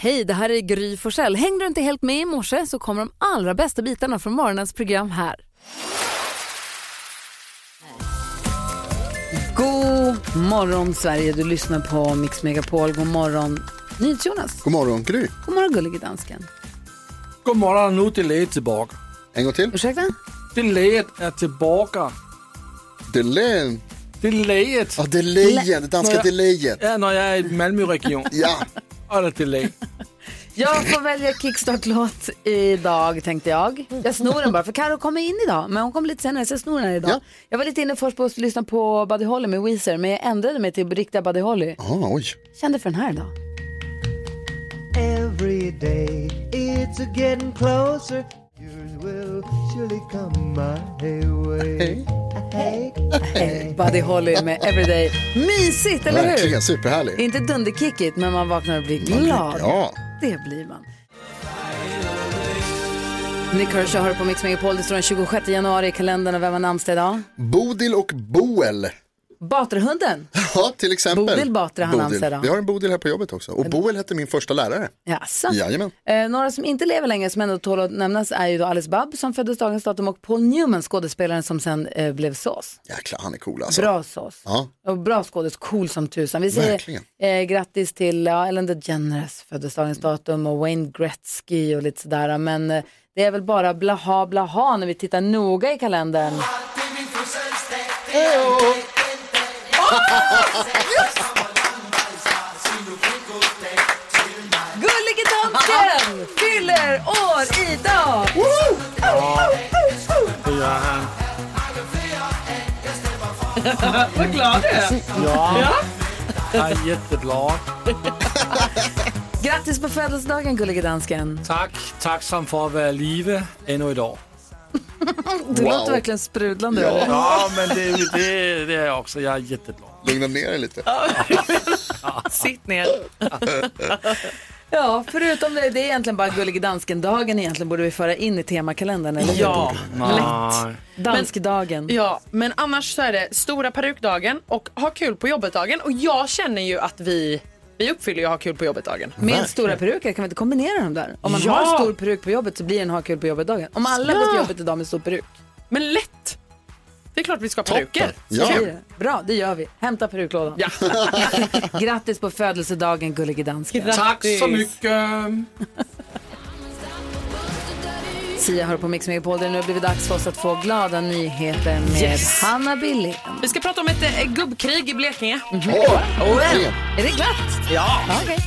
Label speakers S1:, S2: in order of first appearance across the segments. S1: Hej, det här är Gry Forssell. Hängde du inte helt med i morse så kommer de allra bästa bitarna från morgonens program här. God morgon Sverige, du lyssnar på Mix Megapol. God morgon NyhetsJonas.
S2: God morgon, Gry.
S1: God morgon gullige dansken.
S3: God morgon, nu till läget tillbaka.
S2: En gång till.
S1: Ursäkta?
S3: Det läget är tillbaka.
S2: Delayen.
S3: Det läget
S2: Ja, delayen. Det danska
S3: Ja.
S2: delayen.
S3: är när jag är i Malmöregion.
S2: Ja,
S3: Eller delay.
S1: Jag får välja kickstart-låt idag tänkte jag. Jag snor den bara för Karo kommer in idag men hon kommer lite senare så jag snor den här idag.
S2: Ja.
S1: Jag var lite inne först på att lyssna på Buddy Holly med Weezer men jag ändrade mig till riktiga Buddy Holly.
S2: ah, oj.
S1: Kände för den här idag.
S4: Every day it's a getting closer. Yours will surely come my way. Hey, hey.
S1: Buddy Holly med Everyday. Mysigt, eller hur?
S2: Verkligen superhärlig.
S1: Inte dunderkickigt men man vaknar och blir glad.
S2: Ja,
S1: Det blir man. Nick Kershaw hör på Mix Megapol. Det står den 26 januari i kalendern och vem har namnsdag idag?
S2: Bodil och Boel.
S1: Baterhunden.
S2: Ja, till exempel.
S1: Bodil Batra, han
S2: Bodil.
S1: anser då.
S2: Vi har en Bodil här på jobbet också. Och Boel hette min första lärare.
S1: Jaså?
S2: Jajamän.
S1: Eh, några som inte lever längre som ändå tål att nämnas är ju då Alice Babb som föddes dagens datum och Paul Newman, skådespelaren som sen eh, blev sås.
S2: Jäklar, han är cool alltså.
S1: Bra sås.
S2: Ja.
S1: Och bra skådis, cool som tusan. Vi säger
S2: Verkligen.
S1: eh, grattis till ja, Ellen DeGeneres föddes dagens datum och Wayne Gretzky och lite sådär. Men eh, det är väl bara blaha blaha när vi tittar noga i kalendern. Gullige dansken fyller år idag!
S3: Det gör han.
S5: Vad glad du är.
S3: Ja. Han är jätteglad.
S1: Grattis på födelsedagen gullige dansken.
S3: Tack, tack som för att vara i livet ännu idag.
S1: Du
S2: Wow.
S1: låter verkligen sprudlande.
S2: Ja.
S1: eller?
S3: Ja, men det, det, det är jag också. Jag är jätteglad.
S2: Lugna ner dig lite.
S5: Sitt ner.
S1: Ja, förutom det, det är egentligen bara gullige dansken-dagen egentligen borde vi föra in i temakalendern. Eller? hur?
S5: Ja.
S3: Lätt.
S1: Danskdagen.
S5: ja, men annars så är det stora perukdagen och ha kul på jobbet-dagen. Och jag känner ju att vi, vi uppfyller ju ha kul på jobbet-dagen.
S1: Med stora peruker, kan vi inte kombinera dem där? Om man
S5: Ja.
S1: har stor peruk på jobbet så blir den ha kul på jobbet-dagen. Om alla går till jobbet idag med stor peruk.
S5: Men lätt! Det är klart vi ska ha peruker.
S2: Ja.
S1: Blir det? Bra, det gör vi. Hämta peruklådan.
S5: Ja.
S1: Grattis på födelsedagen gullige dansken.
S3: Tack så mycket.
S1: Sia hör på Mix Megapol där det nu har blivit dags för oss att få glada nyheter med
S5: Yes.
S1: Hanna Billén.
S5: Vi ska prata om ett eh, gubbkrig i Blekinge.
S2: Åh, tre.
S1: Är det glatt? Ja. Okej.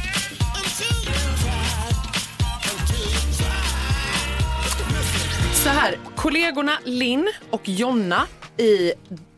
S5: Så här, kollegorna Linn och Jonna i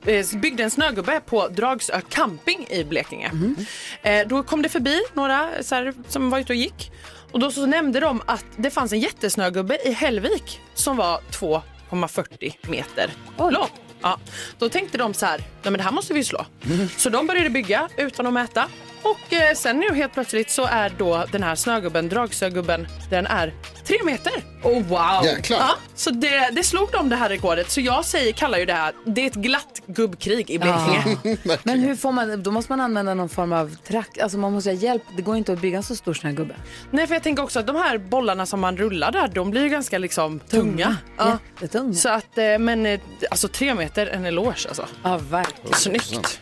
S5: eh, byggde en snögubbe på Dragsö camping i Blekinge.
S1: Mhm.
S5: Eh, då kom det förbi några så här, som var ute och gick och då så nämnde de att det fanns en jättesnögubbe i Hällvik som var 2,40 meter lång. Ja, då tänkte de så här, nej men det här måste vi ju slå.
S1: Mhm.
S5: Så de började bygga utan att mäta och eh, sen nu helt plötsligt så är då den här snögubben, Dragsögubben, den är tre meter.
S1: Oh, wow.
S2: Jäklar.
S5: Ja, så det, det slog de det här rekordet. Så jag säger, kallar ju det här, det är ett glatt gubbkrig i Blekinge.
S1: Men hur får man, då måste man använda någon form av track, alltså man måste ha hjälp. Det går inte att bygga en så stor snögubbe.
S5: Nej, för jag tänker också att de här bollarna som man rullar där, de blir ju ganska liksom tunga. Ja.
S1: Jättetung.
S5: Så att, eh, men eh, alltså tre meter, en eloge alltså.
S1: Ja, verkligen.
S5: Snyggt.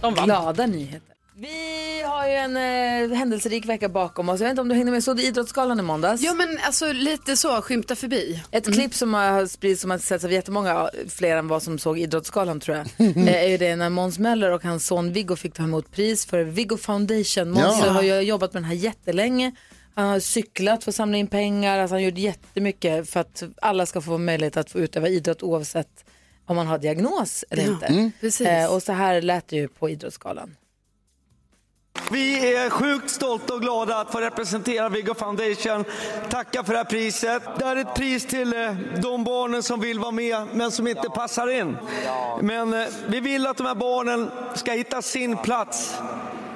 S5: De vann.
S1: Glada nyheter. Vi har ju en eh, händelserik vecka bakom oss. Jag vet inte om du hängde med, såg du Idrottsgalan i måndags?
S6: Ja men alltså lite så, skymta förbi. Mm.
S1: Ett klipp som har spridits som har setts av jättemånga, fler än vad som såg Idrottsgalan tror jag, eh, är ju det när Måns Möller och hans son Viggo fick ta emot pris för Viggo Foundation. Måns
S2: Ja.
S1: har ju jobbat med den här jättelänge. Han har cyklat för att samla in pengar, alltså han har gjort jättemycket för att alla ska få möjlighet att få utöva idrott oavsett om man har diagnos eller inte.
S6: Precis.
S1: Eh, och så här lät det ju på Idrottsgalan.
S7: Vi är sjukt stolta och glada att få representera Viggo Foundation. Tacka för det här priset. Det här är ett pris till eh, de barnen som vill vara med men som inte passar in. Men eh, vi vill att de här barnen ska hitta sin plats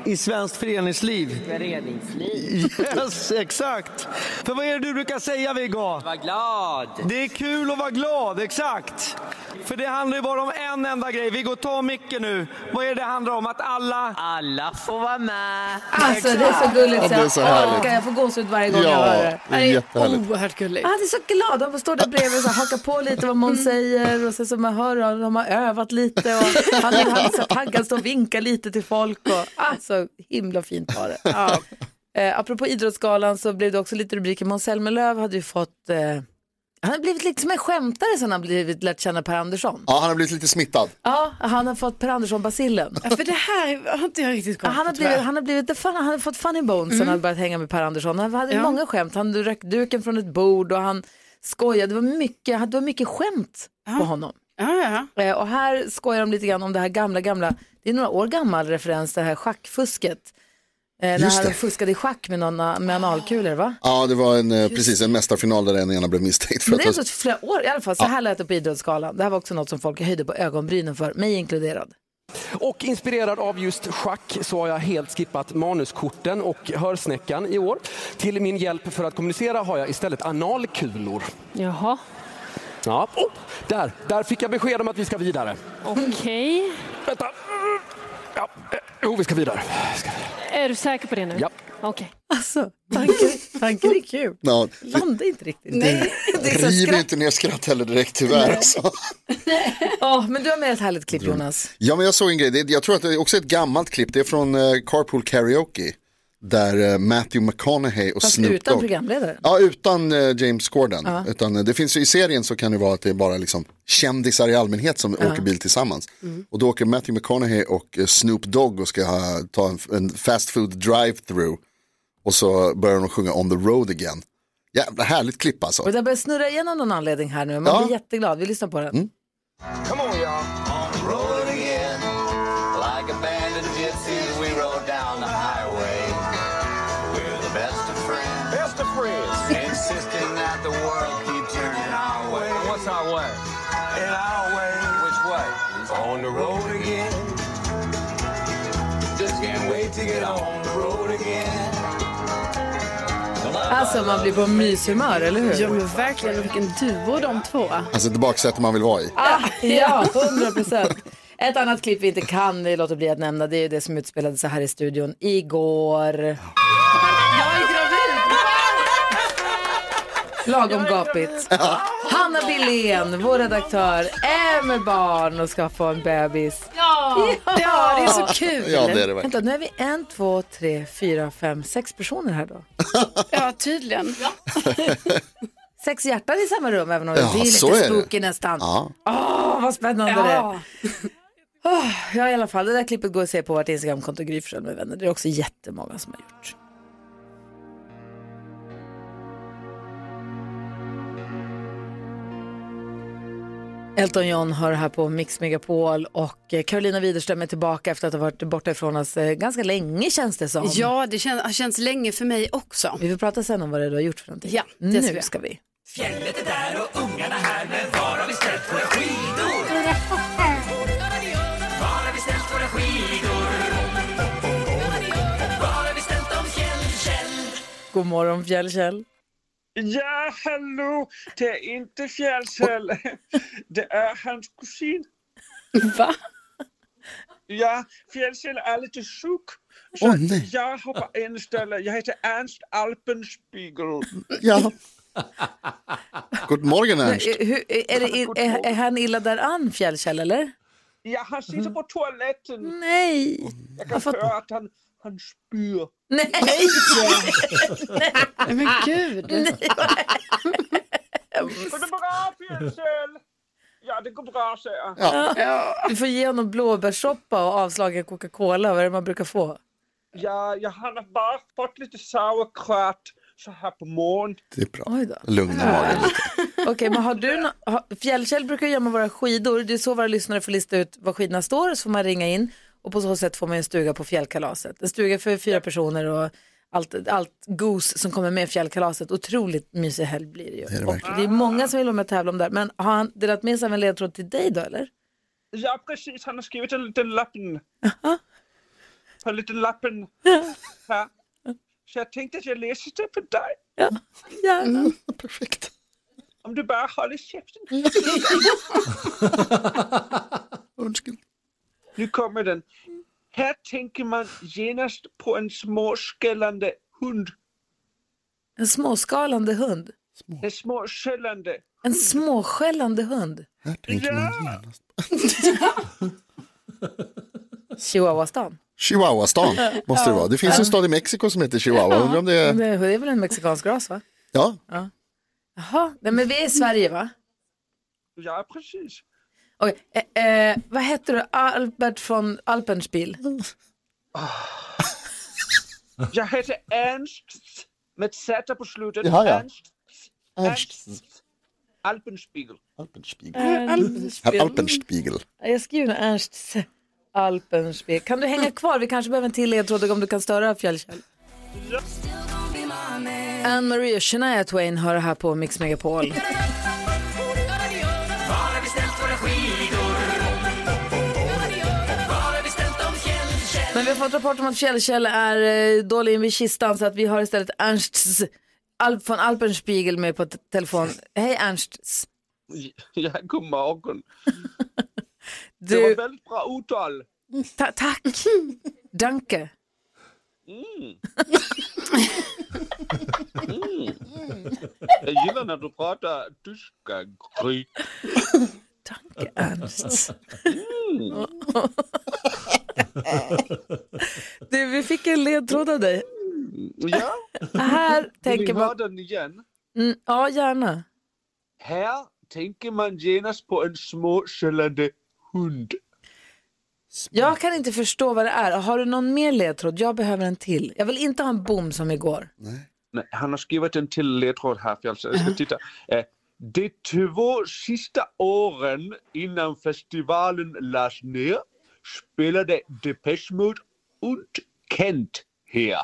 S7: i svenskt föreningsliv. Föreningsliv? Yes, exakt. För vad är det du brukar säga Viggo? Var glad. Det är kul att vara glad, exakt. För det handlar ju bara om en enda grej. Vi går och tar micken nu. Vad är det handlar om? Att alla... Alla får vara med.
S1: Alltså det är så gulligt
S2: Ja, det är så härligt.
S1: orkar, jag får gåshud varje gång jag hör
S2: Ja,
S1: det.
S2: det är jättehärligt.
S6: Oerhört gulligt.
S1: Han är så glad, han står där bredvid och så här, hakar på lite vad Måns säger och sen så man hör honom, de har övat lite och han är, han är så taggad, står och vinkar lite till folk och ah, så himla fint var det. Ja. Eh, apropå Idrottsgalan så blev det också lite rubriker, Måns Zelmerlöw hade ju fått, eh, han har blivit lite som en skämtare sen han blivit lärt känna Per Andersson.
S2: Ja, han har blivit lite smittad.
S1: Ja, han har fått Per Andersson-bacillen.
S6: Ja, för det här har inte jag riktigt koll
S1: Han har,
S6: på,
S1: blivit,
S6: tyvärr.
S1: han har blivit, det fan, han har fått funny bones sen han börjat hänga med Per Andersson. Han hade
S6: Ja.
S1: många skämt. Han rök duken från ett bord och han skojade. Det var mycket, det var mycket skämt på honom.
S6: Ja, ja, ja.
S1: Eh, och här skojar de lite grann om det här gamla, gamla, det är några år gammal referens, det här schackfusket. Eh, när
S2: Just
S1: han
S2: det.
S1: fuskade i schack med, någon, eh, med analkulor va?
S2: Ja, det var en, eh, precis en mästarfinal där en ena blev misstänkt för
S1: Men
S2: att
S1: det är
S2: ha
S1: så flera år i alla fall. Så här lät det på Idrottsgalan. Det här var också något som folk höjde på ögonbrynen för, mig inkluderad.
S8: Och inspirerad av just schack så har jag helt skippat manuskorten och hörsnäckan i år. Till min hjälp för att kommunicera har jag istället analkulor.
S9: Jaha,
S8: Ja, oh, där, där fick jag besked om att vi ska vidare.
S9: okej.
S8: Vänta. Ja, eh, jo, vi ska vidare. Ska vi-
S9: Är du säker på det nu?
S8: Ja.
S9: Okej.
S1: Alltså, tanken, tanken är kul.
S2: Ja,
S1: Landar inte riktigt.
S6: Nej.
S1: Det är så
S2: river
S1: skratt-
S2: inte ner skratt heller direkt tyvärr. Alltså.
S1: Ja, men du har med ett härligt klipp Jonas.
S2: Ja, men jag såg en grej. Det, jag tror att det är också ett gammalt klipp. Det är från eh, Carpool Karaoke. Där eh, Matthew McConaughey och
S1: Fast
S2: Snoop
S1: utan
S2: Dogg.
S1: programledaren.
S2: Ja, utan eh, James Corden. Utan, eh, det finns ju, I serien så kan det vara att det är bara liksom, kändisar i allmänhet som åker bil tillsammans.
S1: Mm.
S2: Och då åker Matthew McConaughey och eh, Snoop Dogg och ska ha, ta en, en fast food drive-through. Och så börjar de sjunga On the road again. Jävla härligt klipp alltså.
S1: Och det börjar snurra igen av någon anledning här nu. Man
S2: Ja. Mm.
S1: blir jätteglad. Vi lyssnar på den.
S7: Come on, y'all. On the road again, like abandoned gypsies, we rode down the highway. We're the best of friends. Best of friends. Insisting that the world keep turning our way. What's our way? In our way. Which way? On the road again. Just can't wait to get on the road again.
S1: Alltså man blir på myshumör, eller hur?
S6: Ja, men verkligen. Vilken duo de två.
S2: Alltså ett baksäte man vill vara i.
S1: Ah, ja, hundra procent. Ett annat klipp vi inte kan låta bli att nämna det är ju det som utspelade sig här i studion igår. Jag är gravid! Lagom gapigt. Hanna Billén, vår redaktör, är med barn och ska få en bebis.
S9: Ja.
S6: Ja, det är så kul.
S2: Ja, det är det verkligen.
S1: Vänta, nu är vi en, två, tre, fyra, fem, sex personer här då.
S6: Ja, tydligen.
S1: Sex hjärtan i samma rum, även om
S2: Ja,
S1: det är
S2: så är
S1: lite
S2: det.
S1: spooky nästan. Åh,
S2: Ja.
S1: vad spännande det är.
S6: Ja.
S1: Ja, i alla fall. Det där klippet går att se på vårt Instagramkonto Gry Forssell med vänner. Det är också jättemånga som har gjort. Elton John hör här på Mix Megapol och eh, Carolina Widerström är tillbaka efter att ha varit borta ifrån oss eh, ganska länge känns det som.
S6: Ja, det kän- har känts länge för mig också.
S1: Vi får prata sen om vad det är du har gjort för någonting.
S6: Ja, det ska
S1: nu
S6: vi.
S1: ska vi. God morgon Fjällkäll.
S10: Ja, hallå! Det är inte Fjällsäll. Det är hans kusin.
S6: Va?
S10: Ja, Fjällsäll är lite sjuk. Så
S2: Åh, nej.
S10: jag har på en ställe. Jag heter Ernst Alpenspiegel.
S2: Ja. God morgon Ernst.
S1: Är, Eh, hur, är, det, är, är han illa däran Fjällkäll eller?
S10: Ja, han sitter på toaletten.
S1: Nej.
S10: Mm. Jag kan höra att han, han spyr.
S1: Nej.
S6: Nej, Men gud.
S10: Går det bra, Fjällsäll? Ja, det går bra, säger jag.
S1: Du får ge honom blåbärssoppa och avslagen Coca-Cola. Vad är det man brukar få?
S10: Ja, jag har bara fått lite sauerkraut så här på morgonen.
S2: Det är bra.
S1: Oj då.
S2: Lugna magen lite.
S1: Okej, men har du nå- ha, Fjällkäll brukar gömma våra skidor. Det är så våra lyssnare får lista ut var skidorna står. Så får man ringa in och på så sätt får man en stuga på fjällkalaset. En stuga för fyra personer och allt, allt gos som kommer med fjällkalaset. Otroligt mysig helg blir det ju.
S2: Det är det
S1: och
S2: verkligen.
S1: det är många som vill vara med och tävla om det här. Men har han delat med sig av en ledtråd till dig då eller?
S10: Ja, precis. Han har skrivit en liten lappen. På en liten lappen. Ja. Så jag tänkte att jag läser det på dig.
S1: Mm. Gärna.
S2: Perfekt.
S10: om du bara håller käften. nu kommer den. Här tänker man genast på en småskällande hund.
S1: En småskalande hund.
S10: En småskällande.
S1: En småskällande hund.
S10: Ja!
S1: Chihuahuastan.
S2: Chihuahua-stan måste det
S1: Ja.
S2: vara. Det finns
S1: Ja.
S2: en stad i Mexiko som heter Chihuahua. Undrar om det är...
S1: Det det är väl en mexikansk ras va?
S2: Ja,
S1: Jaha, nej men vi är i Sverige va?
S10: ja, precis.
S1: Okej, eh, eh, vad heter du? Albert von Alpenspiel?
S10: Jag heter Ernst med Z på slutet.
S2: Jaha, ja.
S10: Ernst. Ernst. Alpenspiegel.
S1: Alpenspiegel.
S2: Herr Alpenspiegel.
S1: Jag skriver nog Ernst Alpenspiel. Kan du hänga kvar? Vi kanske behöver en till ledtråd om du kan störa Fjällkäll. Anne-Marie och Shania Twain hör det här på Mix Megapol. Men vi har fått rapport om att Fjällkäll är eh, dålig in vid kistan så att vi har istället Ernsts Alp von Alpenspiegel med på t- telefon. Hej Ernsts.
S10: Ja, god morgon. Det
S1: Du,
S10: var väldigt bra uttal.
S1: ta tack. Danke.
S10: Mm. Mm. Jag gillar när du pratar tyska, Gry.
S1: Danke Ernst.
S10: Mm.
S1: Du, vi fick en ledtråd av dig.
S10: Ja,
S1: Här
S10: vill ni
S1: tänker
S10: höra
S1: man...
S10: den igen?
S1: Mm, ja, gärna.
S10: Här tänker man genast på en småskällande hund.
S1: Jag kan inte förstå vad det är. Har du någon mer ledtråd? Jag behöver en till. Jag vill inte ha en bom som igår.
S10: Nej, han har skrivit en till ledtråd här, för jag ska titta. Eh, De två sista åren innan festivalen lades ner spelade Depeche Mode und Kent här.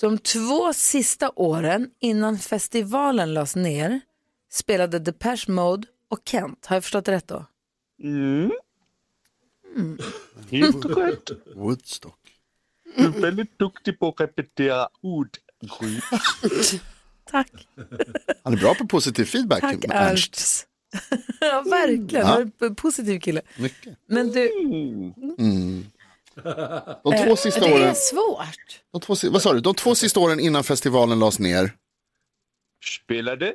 S1: De två sista åren innan festivalen lades ner spelade Depeche Mode och Kent. Har jag förstått det rätt då?
S10: Mm. Helt korrekt.
S2: Woodstock.
S10: Du är väldigt duktig på att repetera ord. Gry.
S1: Tack.
S2: Han är bra på positiv feedback.
S1: Tack
S2: Ernst.
S1: Ernst. ja, verkligen.
S2: Ja.
S1: Du är en p- positiv kille.
S2: Mycket.
S1: Men du,
S2: Mm. De två sista åren,
S1: svårt.
S2: de två, si- vad sa du? De två sista åren innan festivalen lades ner.
S10: Spelade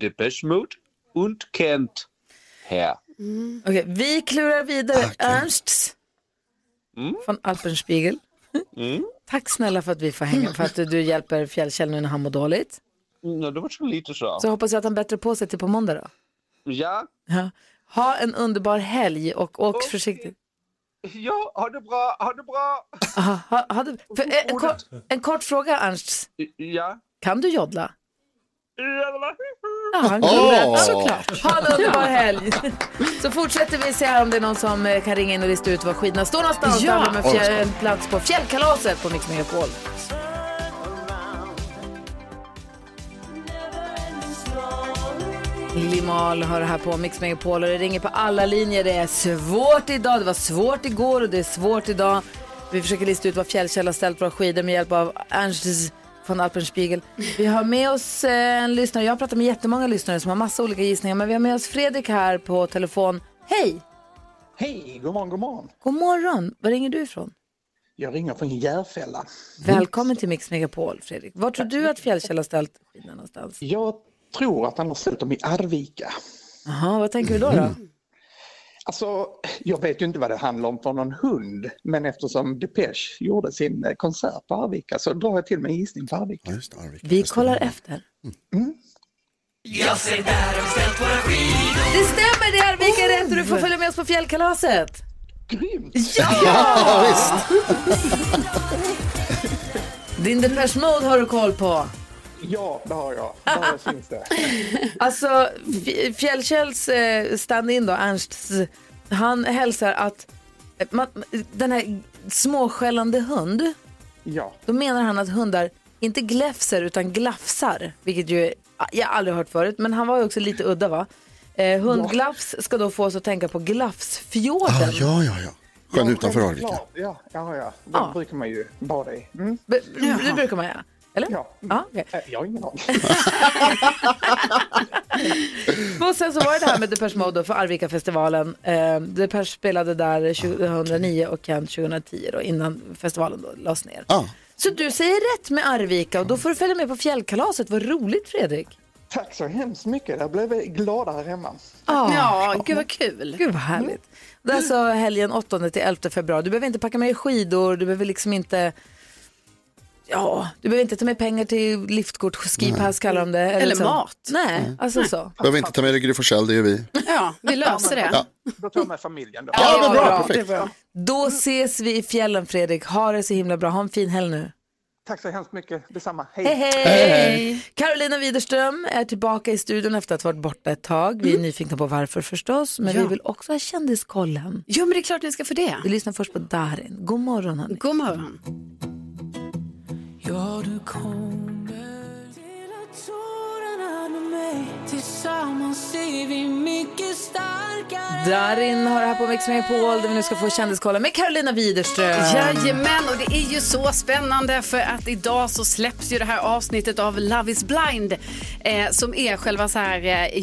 S10: Depeche Mode und Kent här.
S1: Okej, vi klurar vidare. Ernsts
S10: Mm.
S1: von Alpenspiegel.
S10: Mm.
S1: Tack snälla för att vi får hänga, för att du hjälper Fjällkäll nu när han mår dåligt.
S10: Mm, Ja, det var så lite så.
S1: Så hoppas jag att han bättrar på sig till på måndag då.
S10: Ja,
S1: Ja. Ha en underbar helg och åk försiktigt.
S10: ja ha det bra, ha det bra.
S1: Aha, ha, ha, det- för, eh, en, kort, en kort fråga Ernst,
S10: Ja.
S1: kan du joddla?
S10: Ja.
S1: Ja, han kan
S2: Åh!
S1: det. Såklart. Ha en underbar helg. Så fortsätter vi se här om det är någon som eh, kan ringa in och lista ut var skidorna står någonstans.
S6: Ja.
S1: Ja. Där med fjär, en plats på fjällkalaset på Mix Megapol. Limal har det här på Mix Megapol och det ringer på alla linjer. Det är svårt idag, det var svårt igår och det är svårt idag. Vi försöker lista ut vad Fjällkäll har ställt våra skidor med hjälp av Ernst von Alpenspiegel. Vi har med oss eh, en lyssnare, jag har pratat med jättemånga lyssnare som har massa olika gissningar, men vi har med oss Fredrik här på telefon. Hej!
S11: Hej, god morgon, god morgon.
S1: God morgon! Var ringer du ifrån?
S11: Jag ringer från Järfälla.
S1: Välkommen till Mix Megapol, Fredrik. Var tror du att Fjällkäll har ställt skidorna någonstans?
S11: Jag tror att han har ställt dem i Arvika.
S1: Jaha, vad tänker du då? då?
S11: Alltså, jag vet ju inte vad det handlar om för någon hund, men eftersom Depeche gjorde sin eh, konsert på Arvika så drar jag till med en gissning på Arvika.
S2: Ja, just det, Arvika.
S1: Vi kollar efter. Det stämmer, det är Arvika rätt och du får följa med oss på fjällkalaset.
S11: Grymt!
S2: Ja, visst.
S1: Din Depeche Mode har du koll på.
S11: Ja, det har jag. Där finns det.
S1: Alltså, F- Fjällkälls eh, stand-in då, Ernst, han hälsar att eh, man, den här småskällande hund,
S11: Ja,
S1: då menar han att hundar inte gläfser utan glafsar, vilket ju är- jag aldrig hört förut, men han var ju också lite udda va? Eh, hundglafs ska då få oss att tänka på glafsfjorden.
S2: Ah, ja, ja, ja. Sjön utanför Arvika.
S11: klart. Ja, ja, ja. Det
S1: Ja.
S11: brukar man ju bada i. Mm. Äh,
S1: B- Det brukar man göra. Eller? Ja. okej.
S11: Jag har ingen aning.
S1: Och sen så var det det här med Depeche Mode då för Arvika-festivalen. Eh, Depeche spelade där 2009 och Kent 2010 då, innan festivalen då lades ner. Så du säger rätt med Arvika och då får du följa med på fjällkalaset. Vad roligt Fredrik.
S11: Tack så hemskt mycket. Jag blev glad här hemma.
S1: Ja, gud vad kul. Gud vad härligt. Det är alltså helgen 8 till 11 februari. Du behöver inte packa med dig skidor, du behöver liksom inte Ja, du behöver inte ta med pengar till liftkort, skipass kallar de det.
S6: Eller
S1: så.
S6: mat.
S1: Nej,
S2: Nej.
S1: alltså så.
S2: Behöver inte ta med dig Gry Forssell, det gör vi.
S6: Ja, vi löser det.
S2: Ja.
S11: Då tar jag med familjen då.
S2: Ja, men bra, perfekt.
S1: Då ses vi i fjällen Fredrik. Ha det så himla bra. Ha en fin helg nu.
S11: Tack så hemskt mycket. Detsamma. Hej.
S1: Hej, hej. Carolina Widerström är tillbaka i studion efter att ha varit borta ett tag. Vi är nyfikna på varför förstås, men
S6: Ja.
S1: vi vill också ha kändiskollen.
S6: Jo, men det är klart ni ska få det.
S1: Vi lyssnar först på Darin. God morgon hörni.
S6: God morgon.
S12: Ja, du kommer till att tårarna med mig Tillsammans är vi mycket starkare
S1: Darin har det här på Mix Megapol där vi nu ska få kändiskollen med Carolina Widerström.
S6: Jajamän, och det är ju så spännande för att idag så släpps ju det här avsnittet av Love is blind eh, som är själva så här eh,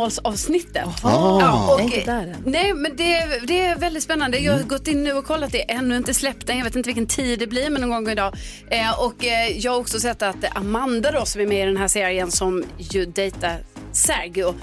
S6: giftermålsavsnittet.
S12: Ah.
S6: och,
S12: Nej, inte
S1: där
S6: nej, men det, det är väldigt spännande. Jag har gått in nu och kollat det, ännu inte släppt den. Jag vet inte vilken tid det blir, men någon gång idag. Eh, och eh, jag har också sett att Amanda då som är med i den här serien som ju dejtar Sergio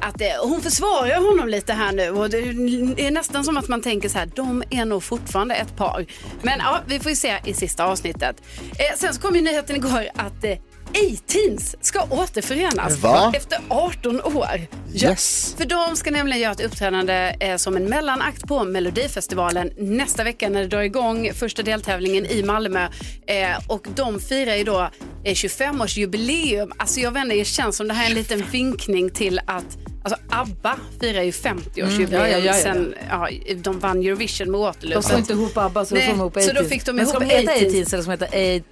S6: att eh, hon försvarar honom lite här nu och det är nästan som att man tänker så här, de är nog fortfarande ett par. Men ja, vi får ju se i sista avsnittet. Eh, sen så kom ju nyheten igår att eh, A-Teens ska återförenas
S12: Va?
S6: efter 18 år. Ja.
S12: Yes.
S6: För de ska nämligen göra ett uppträdande eh, som en mellanakt på Melodifestivalen nästa vecka när det drar igång första deltävlingen i Malmö. Eh, och de firar ju då eh, 25-årsjubileum. Alltså jag vet inte, det känns som det här är en liten vinkning till att Alltså ABBA firar ju 50-årsjubileum
S1: Mm, ja, ja, ja, ja.
S6: sen ja, de vann Eurovision med Waterloo.
S1: De får inte ihop ABBA så då
S6: Nej,
S1: får de ihop
S6: Så då
S1: 80s.
S6: fick de
S1: Men
S6: ihop
S1: ska de heta
S6: 80s.
S1: 80s eller ska de heta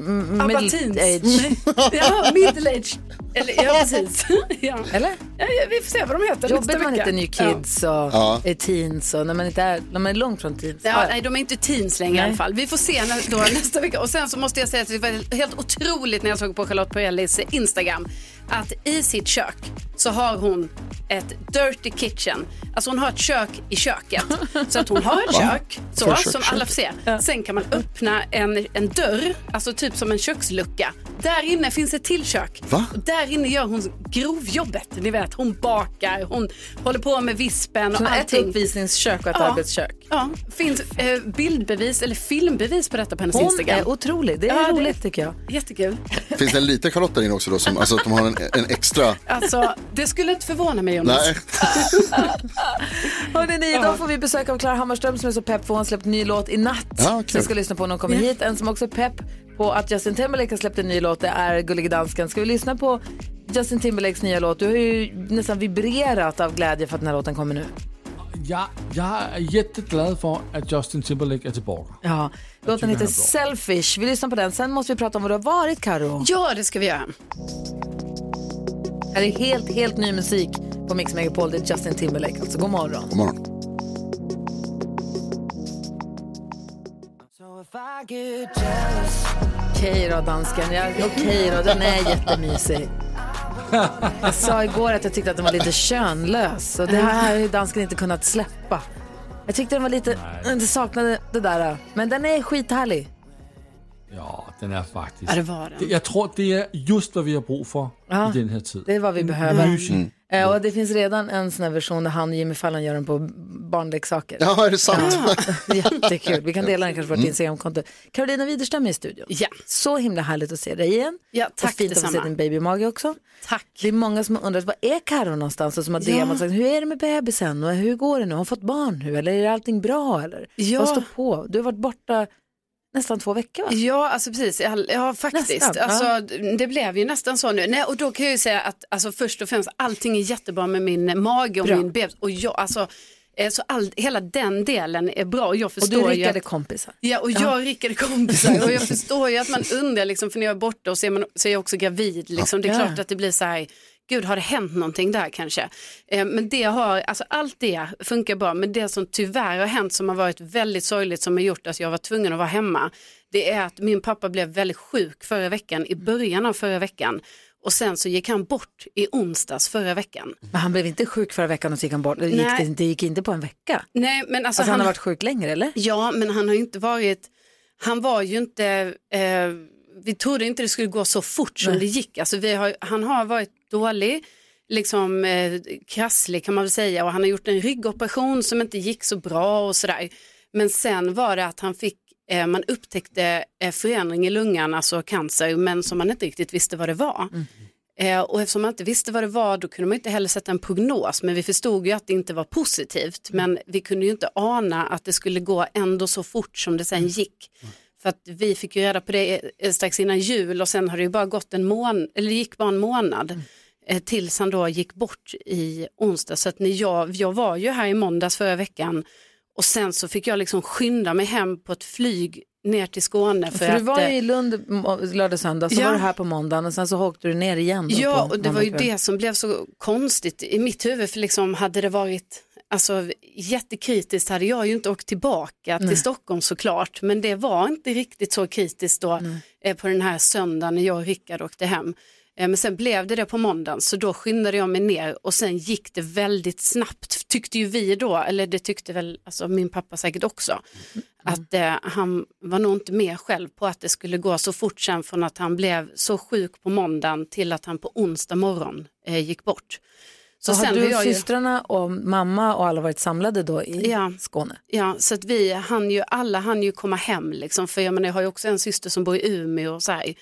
S1: A- m-
S6: Abba
S1: middle
S6: Teens.
S1: age?
S6: Ja, middle age. Eller, ja, precis. ja.
S1: Eller?
S6: Ja, ja, vi får se vad de heter
S1: Jobbigt
S6: nästa
S1: när man
S6: vecka.
S1: heter New Kids och
S2: Ja.
S1: är teens och när man, inte är, när man är långt från teens.
S6: Ja,
S1: Ah,
S6: nej, de är inte teens längre i alla fall. Vi får se när, då, nästa vecka. Och sen så måste jag säga att det var helt otroligt när jag såg på Charlotte Perrellis Instagram att i sitt kök så har hon ett dirty kitchen. Alltså hon har ett kök i köket. Så att hon har ett
S12: Va?
S6: kök, så,
S12: För kök-
S6: som alla får se. Sen kan man öppna en, en dörr, alltså typ som en kökslucka. Där inne finns ett till kök.
S12: Va?
S6: Och där inne gör hon grovjobbet. Ni vet, hon bakar, hon håller på med vispen
S1: Så
S6: och
S1: hon har ett
S6: allting.
S1: uppvisningskök och ett arbetskök.
S6: Ja, finns eh, bildbevis eller filmbevis på detta på hennes
S1: Hon
S6: Instagram.
S1: är otrolig. Det är roligt tycker jag.
S6: Jättekul.
S2: Finns det en liten Charlotte där inne också då? Som, alltså att de har en, en extra...
S6: Alltså, det skulle inte förvåna mig Jonas.
S2: Nej.
S1: Hörrni, ni, idag får vi besök av Klara Hammarström som är så pepp för hon har släppt ny låt i natt.
S2: Ja,
S1: Så
S2: kul.
S1: jag ska lyssna på när hon kommer hit. En som också är pepp på att Justin Timberlake har släppt en ny låt, det är Gullige Dansken. Ska vi lyssna på Justin Timberlakes nya låt? Du har ju nästan vibrerat av glädje för att den här låten kommer nu.
S3: Jeg, jeg er jätteglad for, at Justin Timberlake er tilbage.
S1: Ja, låten
S3: tycker
S1: heter
S3: den är
S1: Selfish. Vi lyssnar på den. Sen måste vi prata om vad det har varit, Karo.
S6: Ja, det ska vi göra.
S1: Här är helt, helt ny musik på Mix Megapol. Det är Justin Timberlake. Alltså, god morgon.
S2: God morgon.
S1: Okej då, dansken. Ja, Okej då, den är jättemysig. Jag sa igår att jag tyckte att den var lite könlös och det här har ju dansken inte kunnat släppa. Jag tyckte den var lite, den saknade det där. Men den är skithärlig.
S3: Ja, den er faktisk.
S1: Ja, det var den.
S3: Det- Jeg tror, det er just, hvad vi har brug for
S1: Ja,
S3: i den her tid.
S1: Det är vad
S6: Mm.
S1: vi behöver.
S3: Mysig.
S1: Eh, och det finns redan en sån här version där han och Jimmy Fallon gör den på barnleksaker.
S2: Ja, är det sant?
S1: Ja, jättekul. Vi kan dela den kanske på vårt
S2: Mm.
S1: Instagramkonto. Karolina Widerström är i studion.
S6: Ja.
S1: Så himla härligt att se dig igen.
S6: Ja, tack
S1: och fint att få
S6: detsamma.
S1: se din babymage också.
S6: Tack.
S1: Det är många som har undrat, vad är Karo någonstans? Och som har
S6: Ja.
S1: DMat och sagt, hur är det med bebisen? Och hur går det nu? Har hon fått barn nu? Eller är allting bra? Eller?
S6: Ja.
S1: Vad står på? Du har varit borta nästan två veckor va?
S6: Ja, alltså precis. Ja, ja faktiskt.
S1: Nästan,
S6: Alltså,
S1: ja.
S6: Det blev ju nästan så nu. Nej, och då kan jag ju säga att alltså, först och främst allting är jättebra med min mage och
S1: Bra.
S6: min bebis. Och jag, alltså, eh, så all, hela den delen är bra. Och, jag
S1: Och
S6: förstår
S1: du
S6: ju att-
S1: rickade kompisar.
S6: Ja, och jag och Rickard är kompisar och jag förstår ju att man undrar, liksom, för när jag är borta och så är, man, så är jag också gravid, liksom. det är
S1: Ja.
S6: klart att det blir så här, gud har det hänt någonting där kanske? Eh, men det har, alltså allt det funkar bra, men det som tyvärr har hänt som har varit väldigt sorgligt som har gjort att jag var tvungen att vara hemma, det är att min pappa blev väldigt sjuk förra veckan, i början av förra veckan. Och sen så gick han bort i onsdags förra veckan.
S1: Men han blev inte sjuk förra veckan och så gick han bort. Det gick,
S6: Nej.
S1: det, det gick inte på en vecka.
S6: Nej, men alltså,
S1: Alltså, han har varit sjuk längre eller?
S6: Ja, men han har ju inte varit, han var ju inte, eh, vi trodde inte det skulle gå så fort som
S1: Nej.
S6: det gick. Alltså, vi har, han har varit dålig, liksom eh, krasslig kan man väl säga och han har gjort en ryggoperation som inte gick så bra och sådär. Men sen var det att han fick, eh, man upptäckte eh, förändring i lungan, alltså cancer, men som man inte riktigt visste vad det var. Eh, och eftersom man inte visste vad det var då kunde man inte heller sätta en prognos men vi förstod ju att det inte var positivt
S1: Mm.
S6: men vi kunde ju inte ana att det skulle gå ändå så fort som det
S1: Mm.
S6: sen gick. För att vi fick ju reda på det eh, strax innan jul och sen har det ju bara gått en månad, eller det gick bara en månad
S1: Mm.
S6: eh, tills han då gick bort i onsdag. Så att när jag, jag var ju här i måndags förra veckan och sen så fick jag liksom skynda mig hem på ett flyg ner till Skåne. För,
S1: För, du
S6: att,
S1: var
S6: eh,
S1: ju i Lund må- lördag och söndag, så
S6: Ja.
S1: var du här på måndagen och sen så åkte du ner igen. Då
S6: Ja,
S1: på
S6: och det var ju
S1: måndag kväll.
S6: det som blev så konstigt i mitt huvud, för liksom hade det varit alltså, jättekritiskt hade jag ju inte åkt tillbaka
S1: Nej.
S6: till Stockholm såklart, men det var inte riktigt så kritiskt då eh, på den här söndagen när jag och Rickard åkte hem. Eh, Men sen blev det det på måndagen, så då skyndade jag mig ner och sen gick det väldigt snabbt, tyckte ju vi då, eller det tyckte väl alltså, min pappa säkert också,
S1: Mm.
S6: att eh, han var nog inte med själv på att det skulle gå så fort sen från att han blev så sjuk på måndagen till att han på onsdag morgon eh, gick bort.
S1: Så, har
S6: var
S1: du
S6: jag
S1: och
S6: ju-
S1: systrarna och mamma och alla varit samlade då i Skåne?
S6: Ja, så att vi han ju, alla hann ju komma hem liksom, för jag, menar, jag har ju också en syster som bor i Umeå och så här.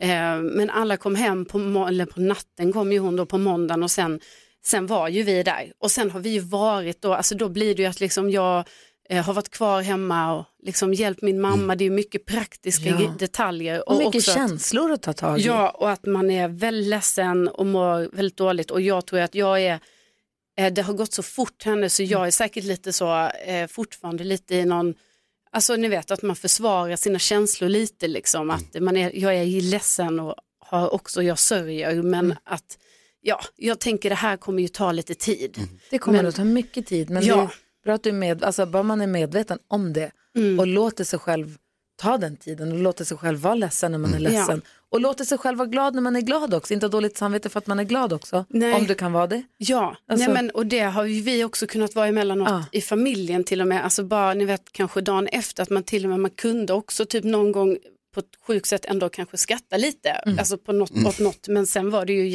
S6: Eh, men alla kom hem på, må- eller på natten, kom ju hon då på måndagen och sen, sen var ju vi där. Och sen har vi ju varit då, alltså då blir det ju att liksom jag eh, har varit kvar hemma och liksom hjälpt min mamma, det är ju mycket praktiska
S1: Mm. Ja.
S6: gre- detaljer.
S1: Och, mycket
S6: också att-
S1: känslor att ta tag i.
S6: Ja, och att man är väldigt ledsen och mår väldigt dåligt. Och jag tror att jag är, eh, det har gått så fort henne så jag är säkert lite så, eh, fortfarande lite i någon, alltså ni vet att man försvarar sina känslor lite liksom. Att man är, jag är ledsen och har också, jag sörjer, men att ja, jag tänker det här kommer ju ta lite tid.
S1: Det kommer
S6: Men-
S1: att ta mycket tid, men
S6: Ja.
S1: det är bra att du är med, alltså bara man är medveten om det
S6: Mm.
S1: och låter sig själv ta den tiden och låter sig själv vara ledsen när man är
S6: Mm. Ja.
S1: ledsen. Och låter sig själv vara glad när man är glad också, inte ha dåligt samvete för att man är glad också,
S6: Nej.
S1: om du kan vara det.
S6: Ja,
S1: Alltså-
S6: nej men, och det har ju vi också kunnat vara emellanåt i familjen till och med. Alltså bara, ni vet, kanske dagen efter att man till och med man kunde också typ någon gång på ett sjukt sätt ändå kanske skratta lite,
S1: Mm.
S6: alltså på något, åt något, men sen var det ju
S1: Mm.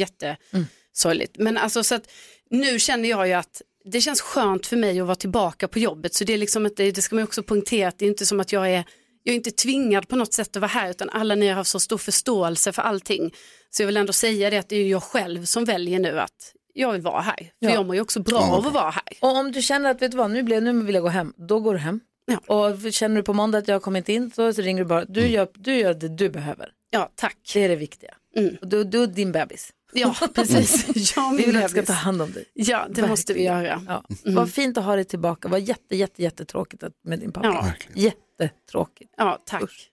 S6: jättesorgligt. Men alltså så att nu känner jag ju att det känns skönt för mig att vara tillbaka på jobbet, så det är liksom inte, det ska man ju också poängtera, att det är inte som att jag är jag är inte tvingad på något sätt att vara här utan alla ni har så stor förståelse för allting. Så jag vill ändå säga det att det är ju jag själv som väljer nu att jag vill vara här. För
S1: Ja.
S6: jag mår ju också bra av att vara här.
S1: Och om du känner att vet du vad, nu, blir, nu vill jag gå hem, då går du hem. Och känner du på måndag att jag har kommit in så så ringer du bara,
S6: Mm.
S1: du gör, du gör det du behöver.
S6: Ja, tack.
S1: Det är det viktiga.
S6: Mm.
S1: Och du, du är din bebis.
S6: Ja,
S13: Mm.
S6: precis. Jag och
S1: Vi
S6: min
S1: vill att du ska
S6: bebis.
S1: ta hand om dig.
S6: Ja, det måste vi göra.
S1: Ja.
S6: Mm.
S1: Vad fint att ha dig tillbaka. Vad jätte, jätte, jättetråkigt att- med din pappa.
S6: Ja. Verkligen.
S1: Jättetråkigt.
S6: Ja, tack.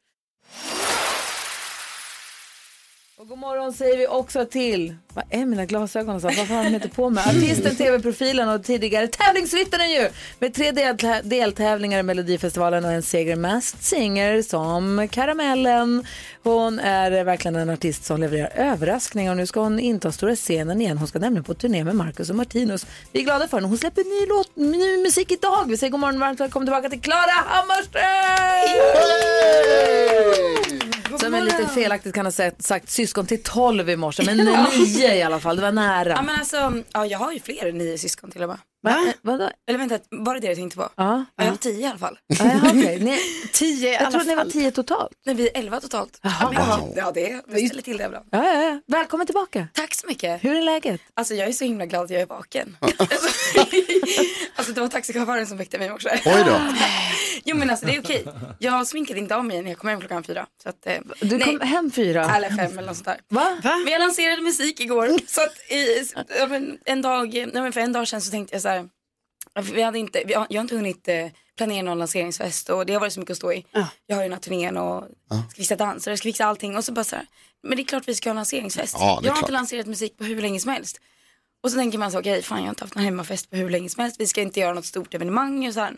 S1: Och god morgon säger vi också till, vad är mina glasögon så? Varför har de inte på mig? Artisten, tv-profilen och tidigare tävlingsryttaren ju! Med tre deltä- deltävlingar i Melodifestivalen och en seger i Masked Singer som Karamellen. Hon är verkligen en artist som levererar överraskningar och nu ska hon inta stora scenen igen. Hon ska nämligen på turné med Marcus och Martinus. Vi är glada för henne. Hon släpper ny, låt, ny musik idag. Vi säger god morgon och varmt välkommen tillbaka till Klara Hammarström! Som är lite felaktigt kan ha sagt, sagt syskon till 12 i morse, men
S13: Ja.
S1: nio i alla fall. Det var nära.
S13: Ja, men alltså, ja, jag har ju fler än nio syskon till och med.
S1: Va? Vadå?
S13: Eller vänta, var det det du tänkte på?
S1: Ja.
S13: jag har tio i alla fall.
S1: tio
S13: i
S1: jag
S13: alla
S1: trodde ni var
S13: fall.
S1: tio totalt.
S13: Nej, vi är elva totalt. Ja, men,
S1: Wow.
S13: ja, det det ställer till det ibland.
S1: Ja, ja, ja. Välkommen tillbaka.
S13: Tack så mycket.
S1: Hur är läget?
S13: Alltså jag är så himla glad att jag är vaken. alltså det var taxichauffören som väckte mig i morse.
S1: Oj då.
S13: Jo men alltså det är okej. Jag sminkade inte av mig när jag kom hem klockan fyra. Så att, eh,
S1: Du
S13: nej. Äh,
S1: kom hem fyra.
S13: Eller fem eller något sånt där.
S1: Va?
S13: Men jag lanserade musik igår. Så att i, ja, men en dag, nej, men för en dag sedan så tänkte jag så här. Vi hade inte, vi har, jag har inte hunnit eh, planera någon lanseringsfest och det har varit så mycket att stå i. Jag har ju den här turnén och ska fixa danser, jag ska fixa allting och så bara så här. Men det är klart vi ska ha en lanseringsfest.
S12: Ja, det är
S13: jag har
S12: klart.
S13: inte lanserat musik på hur länge som helst. Och så tänker man så, okej fan jag har inte haft någon hemmafest på hur länge som helst. Vi ska inte göra något stort evenemang och så här.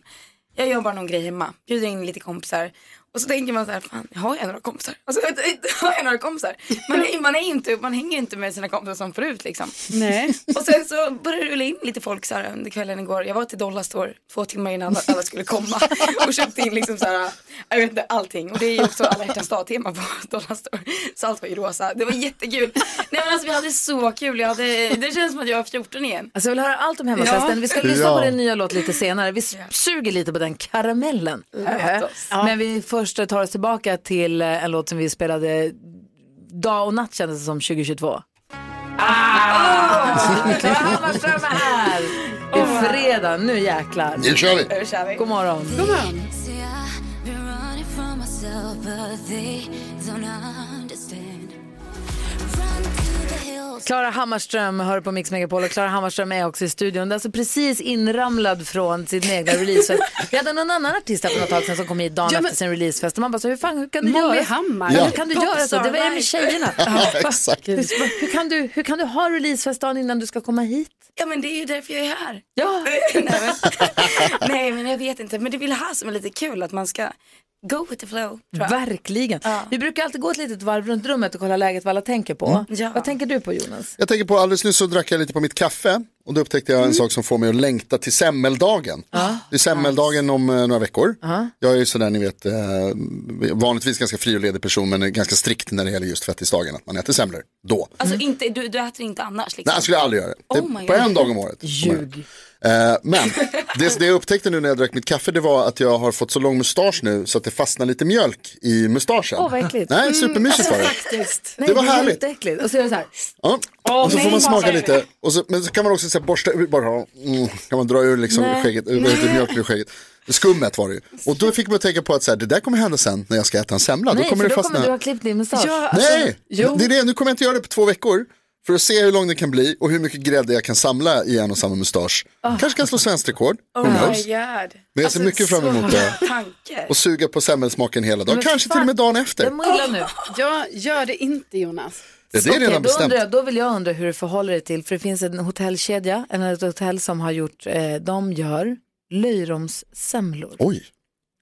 S13: Jag gör bara någon grej hemma, bjuder in lite kompisar Och så tänker man så här, fan jag har ju några kompisar. Alltså, jag har ju några kompisar. Man, är, man, är inte, man hänger inte med sina kompisar som förut liksom.
S6: Nej.
S13: Och sen så började det rulla in lite folk så här under kvällen igår. Jag var till Dollarstore två timmar innan alla- alla skulle komma och köpte in liksom så här, jag vet inte, allting. Och det är ju också alla hjärtans dag-tema på Dollarstore. Så allt var ju rosa. Det var jättekul. Nej men alltså vi hade så kul. Jag hade, det känns som att jag är 14 igen.
S1: Alltså jag vill höra allt om hemmafesten.
S13: Ja.
S1: Vi ska lyssna på
S13: Ja.
S1: din nya låt lite senare. Vi s- suger lite på den karamellen.
S13: Låt oss.
S1: Ja. Men vi först tar oss tillbaka till eh, en låt som vi spelade dag och natt kändes det som Ah! 2022. Hammarström är här! Det är fredag, nu jäklar.
S2: Nu kör vi.
S13: Nu kör vi.
S1: God morgon.
S12: Come on. See, I've been running from myself, but they don't understand. Run to the hills.
S1: Klara Hammarström hör på Mix Megapol och Klara Hammarström är också i studion. Det är alltså precis inramlad från sin egna releasefest. Vi hade någon annan artist här för något tag sedan som kom hit dagen
S6: Ja, men-
S1: efter sin releasefest och man bara så hur fan hur kan du
S6: Molly
S1: göra?
S6: Hammar.
S1: Ja.
S6: Ja.
S1: Hur kan du göra så? Det var ju med tjejerna.
S13: Ja,
S2: exakt.
S1: Hur, hur, kan du, hur kan du ha releasefest dagen innan du ska komma hit?
S13: Ja men det är ju därför jag är här.
S1: Ja.
S13: Nej men jag vet inte, men det är väl det här som är lite kul att man ska go with the flow. Tror jag.
S1: Verkligen. Vi brukar alltid gå ett litet varv runt rummet och kolla läget vad alla tänker på. Vad tänker du på Jonas?
S2: Jag tänker på alldeles nyss så drack jag lite på mitt kaffe och då upptäckte jag en
S13: Mm.
S2: sak som får mig att längta till semmeldagen. Det är semmeldagen om eh, några veckor. Jag är ju sådär ni vet, eh, vanligtvis ganska fri och ledig person men är ganska strikt när det gäller just fettisdagen att man äter semlor då.
S13: Alltså inte, du, du äter inte annars liksom.
S2: Nej, jag skulle aldrig göra det.
S13: Oh my
S2: det på
S13: God.
S2: en dag om året.
S1: Ljug.
S2: Eh, men det, det jag upptäckte nu när jag drack mitt kaffe det var att jag har fått så lång mustasch nu så att det fastnar lite mjölk i mustaschen.
S1: Åh vad äckligt.
S2: Nej,
S13: Mm.
S2: supermysigt var det.
S1: Faktiskt.
S2: Det var
S1: är
S2: härligt.
S1: jätteäckligt. Och så är det så här.
S2: Ja.
S1: Åh,
S2: och så får
S1: nej,
S2: man smaka
S1: vad-
S2: lite. Och så, men så kan man också så här, borsta ur, bara, mm, kan man dra ur liksom
S1: Nej.
S2: skägget, ur, vad heter det,
S1: Nej.
S2: mjölken ur skägget. Skummet var det ju. Och då fick man tänka på att så här, det där kommer hända sen när jag ska äta en semla.
S1: Nej,
S2: då kommer
S1: för
S2: det
S1: då
S2: fastna.
S1: kommer du ha Alltså, klippt din mustasch.
S6: alltså,
S2: Nej, det är det. nu kommer jag inte göra det på två veckor. För att se hur lång den kan bli och hur mycket grädde jag kan samla i en och samma mustasch.
S1: Ah.
S2: Kanske kan slå svenskt rekord. Who
S13: Oh
S2: knows? Men
S13: my god.
S1: Alltså,
S2: jag ser
S6: Alltså,
S2: mycket fram emot det.
S13: Tanke.
S2: Och suga på semmelsmaken hela dagen. Kanske till och med dagen efter.
S1: nu.
S6: Jag gör det inte Jonas.
S2: Det, det är
S1: Okej,
S2: redan
S1: då,
S2: bestämt.
S1: undrar jag, då vill jag undra hur du förhåller dig till, för det finns en hotellkedja, eller ett hotell som har gjort, eh, de gör löjromssemlor.
S2: Oj.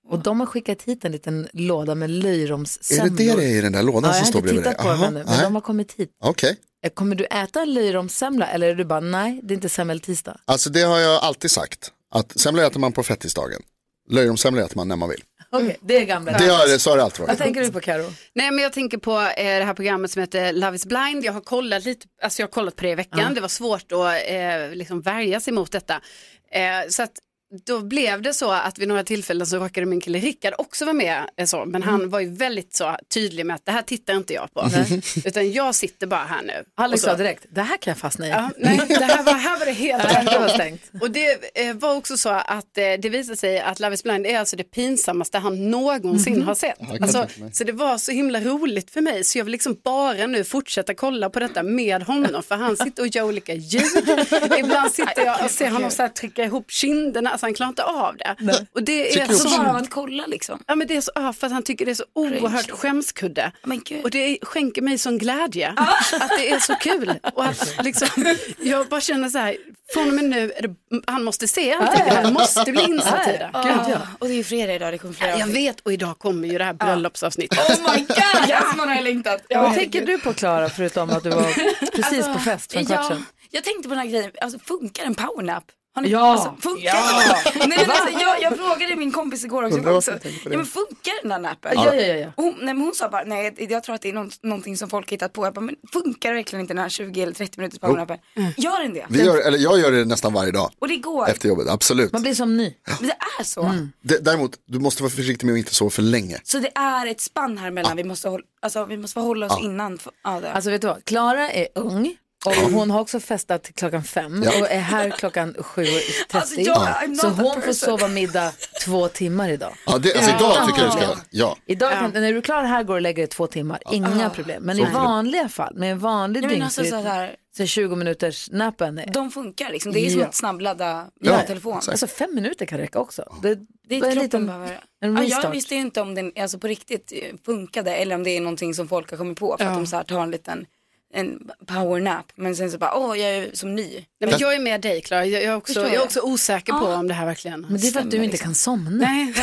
S1: Och de har skickat hit en liten låda med löjromssemlor.
S2: Är det det det är i den där lådan
S1: ja,
S2: som står bredvid
S1: Jag har
S2: dig?
S1: inte tittat på
S2: Aha,
S1: den ännu, men
S2: nej.
S1: de har kommit hit.
S2: Okej.
S1: Eh, Kommer du äta en löjromssemla eller är du bara, nej, det är inte semmeltisdag?
S2: Alltså det har jag alltid sagt. Att semla äter man på fettisdagen. Löjromssemla äter man när man vill.
S1: Okej, det är gamla.
S2: Det har, så har det alltid
S1: Vad
S2: varit.
S1: tänker du på Karo?
S6: Nej men jag tänker på eh, det här programmet som heter Love is blind. Jag har kollat lite, alltså jag har kollat på det i veckan.
S1: Ja.
S6: Det var svårt att eh, liksom värja sig mot detta. Eh, så att då blev det så att vid några tillfällen så råkade min kille Rickard också vara med. Eh, så. Men han var ju väldigt så tydlig med att det här tittar inte jag på. Utan jag sitter bara här nu.
S1: Alex
S6: Och så.
S1: sa direkt, det här kan jag fastna i.
S6: Ja, nej, det här var, här var det helt
S1: Ja, det var
S6: tvärtom. Och det eh, var också så att eh, det visade sig att Love is blind är alltså det pinsammaste han någonsin
S1: Mhm.
S6: har sett.
S1: Ja, det kan jag
S6: Alltså,
S1: tänka mig.
S6: så det var så himla roligt för mig så jag vill liksom bara nu fortsätta kolla på detta med honom för han sitter och gör olika ljud. Ibland sitter jag och ser honom så här trycka ihop kinderna, alltså han klarar inte av det.
S13: Nej.
S6: Och det är
S13: Tycker
S6: så
S13: också bara av att kolla liksom.
S6: Ja men det är så, ja, för att han tycker det är så oerhört
S13: Cringe.
S6: skämskudde. Och det skänker mig sån glädje att det är så kul. Och att liksom, jag bara känner så här, från och med nu, är det, han måste se allting, det här måste bli insatt i det.
S13: Ja, Och det är ju fredag idag, det kommer flera
S6: Jag vet, och idag kommer ju det här bröllopsavsnittet.
S13: Oh my god, yes, man har ju längtat. Ja,
S1: Vad
S13: herregud.
S1: tänker du på Klara, förutom att du var precis på fest för en kvart
S13: ja,
S1: sedan?
S13: Jag tänkte på den här grejen, alltså, funkar en powernap? Har ni,
S1: Ja.
S13: alltså, funkar
S1: Ja.
S13: den? Nej, men
S1: Va?
S13: alltså, jag, jag frågade min kompis igår också,
S1: Undrar
S13: jag
S1: varför
S13: också.
S1: jag tänkte på
S13: Ja,
S1: det.
S13: men funkar den här nappen?
S1: Ja, ja, ja, ja.
S13: Och Hon, nej, men hon sa bara, nej jag tror att det är någon, någonting som folk har hittat på. Jag bara, men funkar det verkligen inte den här 20 eller 30 minuters
S2: Jo.
S13: powernappen?
S1: Mm.
S13: Gör den det?
S2: Vi gör, eller jag gör det nästan varje dag.
S13: Och det går.
S2: Efter jobbet, absolut.
S1: Man blir som ny.
S13: Men det är så.
S2: D- Däremot, du måste vara försiktig med att inte sova för länge.
S13: Så det är ett spann här mellan, vi, måste hålla, alltså, vi måste hålla oss
S2: Ja.
S13: innan. För, ja, det.
S1: Alltså vet du vad, Klara är ung och hon har också festat till klockan fem
S13: Ja.
S1: och är här klockan 7.30.
S13: Alltså, jag- Ja. I'm not
S1: så
S13: a
S1: hon får
S13: person.
S1: sova middag två timmar idag.
S2: Ja, det, alltså,
S1: Ja.
S2: idag tycker jag du ska, ja.
S1: Idag kan, när du är klar här går du och lägger dig två timmar, inga
S13: Ah.
S1: problem. Men
S13: Så
S1: i
S13: problem.
S1: vanliga fall, med en vanlig
S13: Nej, men alltså,
S1: dygnsrytm,
S13: så här-
S1: så 20 minuters nappen är...
S13: De funkar liksom, det är som
S1: Ja.
S13: att snabbladda
S1: Ja.
S13: ja. telefon.
S1: Alltså fem minuter kan räcka också. Det,
S13: Det är
S1: bara
S13: kroppen
S1: liten-
S13: behöver.
S1: en
S13: Ja,
S1: restart.
S13: jag visste ju inte om den alltså på riktigt eh, funkade eller om det är någonting som folk har kommit på för att de så här tar en liten en powernap men sen så bara, åh jag är som ny.
S1: Mm.
S6: Nej, men jag är med dig Klara, jag, jag, är också,
S13: Förstår
S6: jag är
S13: jag.
S6: också osäker på
S13: Ja.
S6: om det här verkligen
S1: Men det är för att du inte kan somna.
S6: Nej,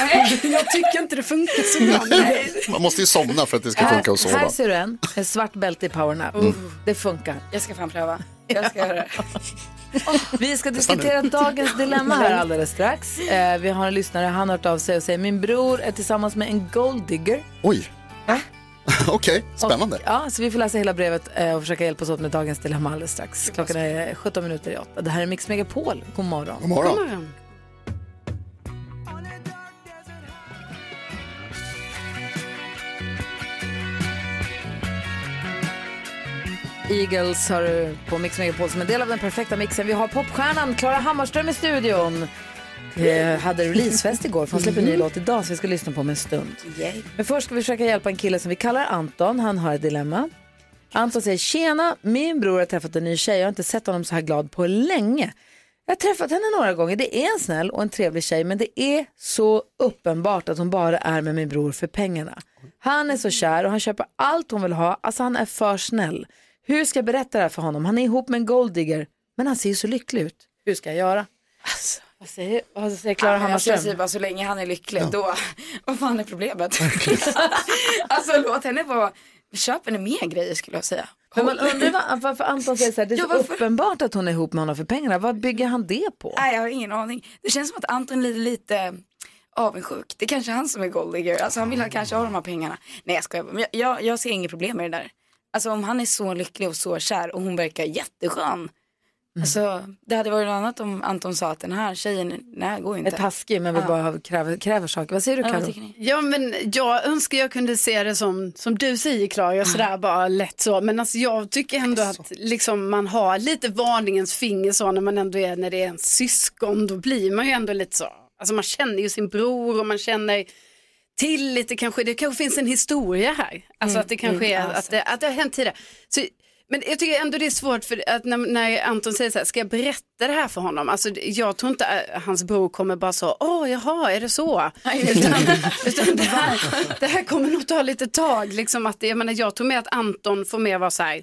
S6: jag tycker inte det funkar så bra. Nej.
S2: Man måste ju somna för att det ska
S1: Här-
S2: funka att sova. Mm.
S1: Här ser du en, en svart bälte i powernap. Det funkar.
S13: Jag ska fan pröva. Jag ska göra det.
S1: Vi ska diskutera dagens dilemma här alldeles strax. Eh, vi har en lyssnare, han har hört av sig och säger min bror är tillsammans med en golddigger.
S2: Oj. Okej, spännande.
S1: Och, ja, så vi får läsa hela brevet eh, och försöka hjälpas åt med dagens dilemma alldeles strax. Klockan är 17 minuter i 8. Det här är Mix Megapol. God morgon.
S2: God morgon. God
S1: Eagles har du på Mix Megapol som en del av den perfekta mixen. Vi har popstjärnan Klara Hammarström i studion. Eh, hade releasefest igår för hon släpper en ny
S6: Mhm.
S1: låt idag som vi ska lyssna på om en stund.
S13: Yay.
S1: Men först ska vi försöka hjälpa en kille som vi kallar Anton. Han har ett dilemma. Anton säger, tjena, min bror har träffat en ny tjej. Jag har inte sett honom så här glad på länge. Jag har träffat henne några gånger. Det är en snäll och en trevlig tjej, men det är så uppenbart att hon bara är med min bror för pengarna. Han är så kär och han köper allt hon vill ha. Alltså han är för snäll. Hur ska jag berätta det här för honom? Han är ihop med en golddigger, men han ser ju så lycklig ut. Hur ska jag göra? Alltså, vad säger, vad säger Klara
S13: Ja, men jag skulle
S1: Hammarström?
S13: säga bara så länge han är lycklig då, vad fan är problemet? alltså låt henne vara, köp henne mer grejer skulle jag säga.
S1: Men man undrar vad- varför Anton säger så här, det är så
S13: Ja, varför?
S1: uppenbart att hon är ihop med honom för pengarna. Vad bygger han det på?
S13: Nej jag har ingen aning. Det känns som att Anton lider lite avundsjuk. Det är kanske är han som är golddigger. Alltså han vill ha- kanske ha de här pengarna. Nej jag skojar bara. Men jag, jag, jag ser inget problem med det där. Alltså om han är så lycklig och så kär och hon verkar jätteskön. Alltså det hade varit något annat om Anton sa att den här tjejen, nej går inte.
S1: Är taskig men vill
S13: Ja.
S1: bara ha- kräver, kräver saker. Vad säger du
S13: Ja, vad
S1: Karo?
S13: tycker ni?
S6: Ja, men jag önskar jag kunde se det som, som du säger Klara,
S13: Mm.
S6: jag sådär bara lätt så. Men alltså, jag tycker ändå att liksom, man har lite varningens finger så när man ändå är, när det är en syskon, då blir man ju ändå lite så. Alltså man känner ju sin bror och man känner till lite kanske, det kanske finns en historia här. Alltså
S13: Mm,
S6: att det kanske
S13: mm,
S6: är
S13: ja,
S6: att, det, att det har hänt tidigare. Så, men jag tycker ändå det är svårt för att när, när Anton säger så här, ska jag berätta det här för honom? Alltså det- jag tror inte eh, hans bror kommer bara så, åh jaha, är det så? Utan, utan det, här, det här kommer nog ta lite tag, liksom att det, jag menar jag tror med att Anton får mer vara så här,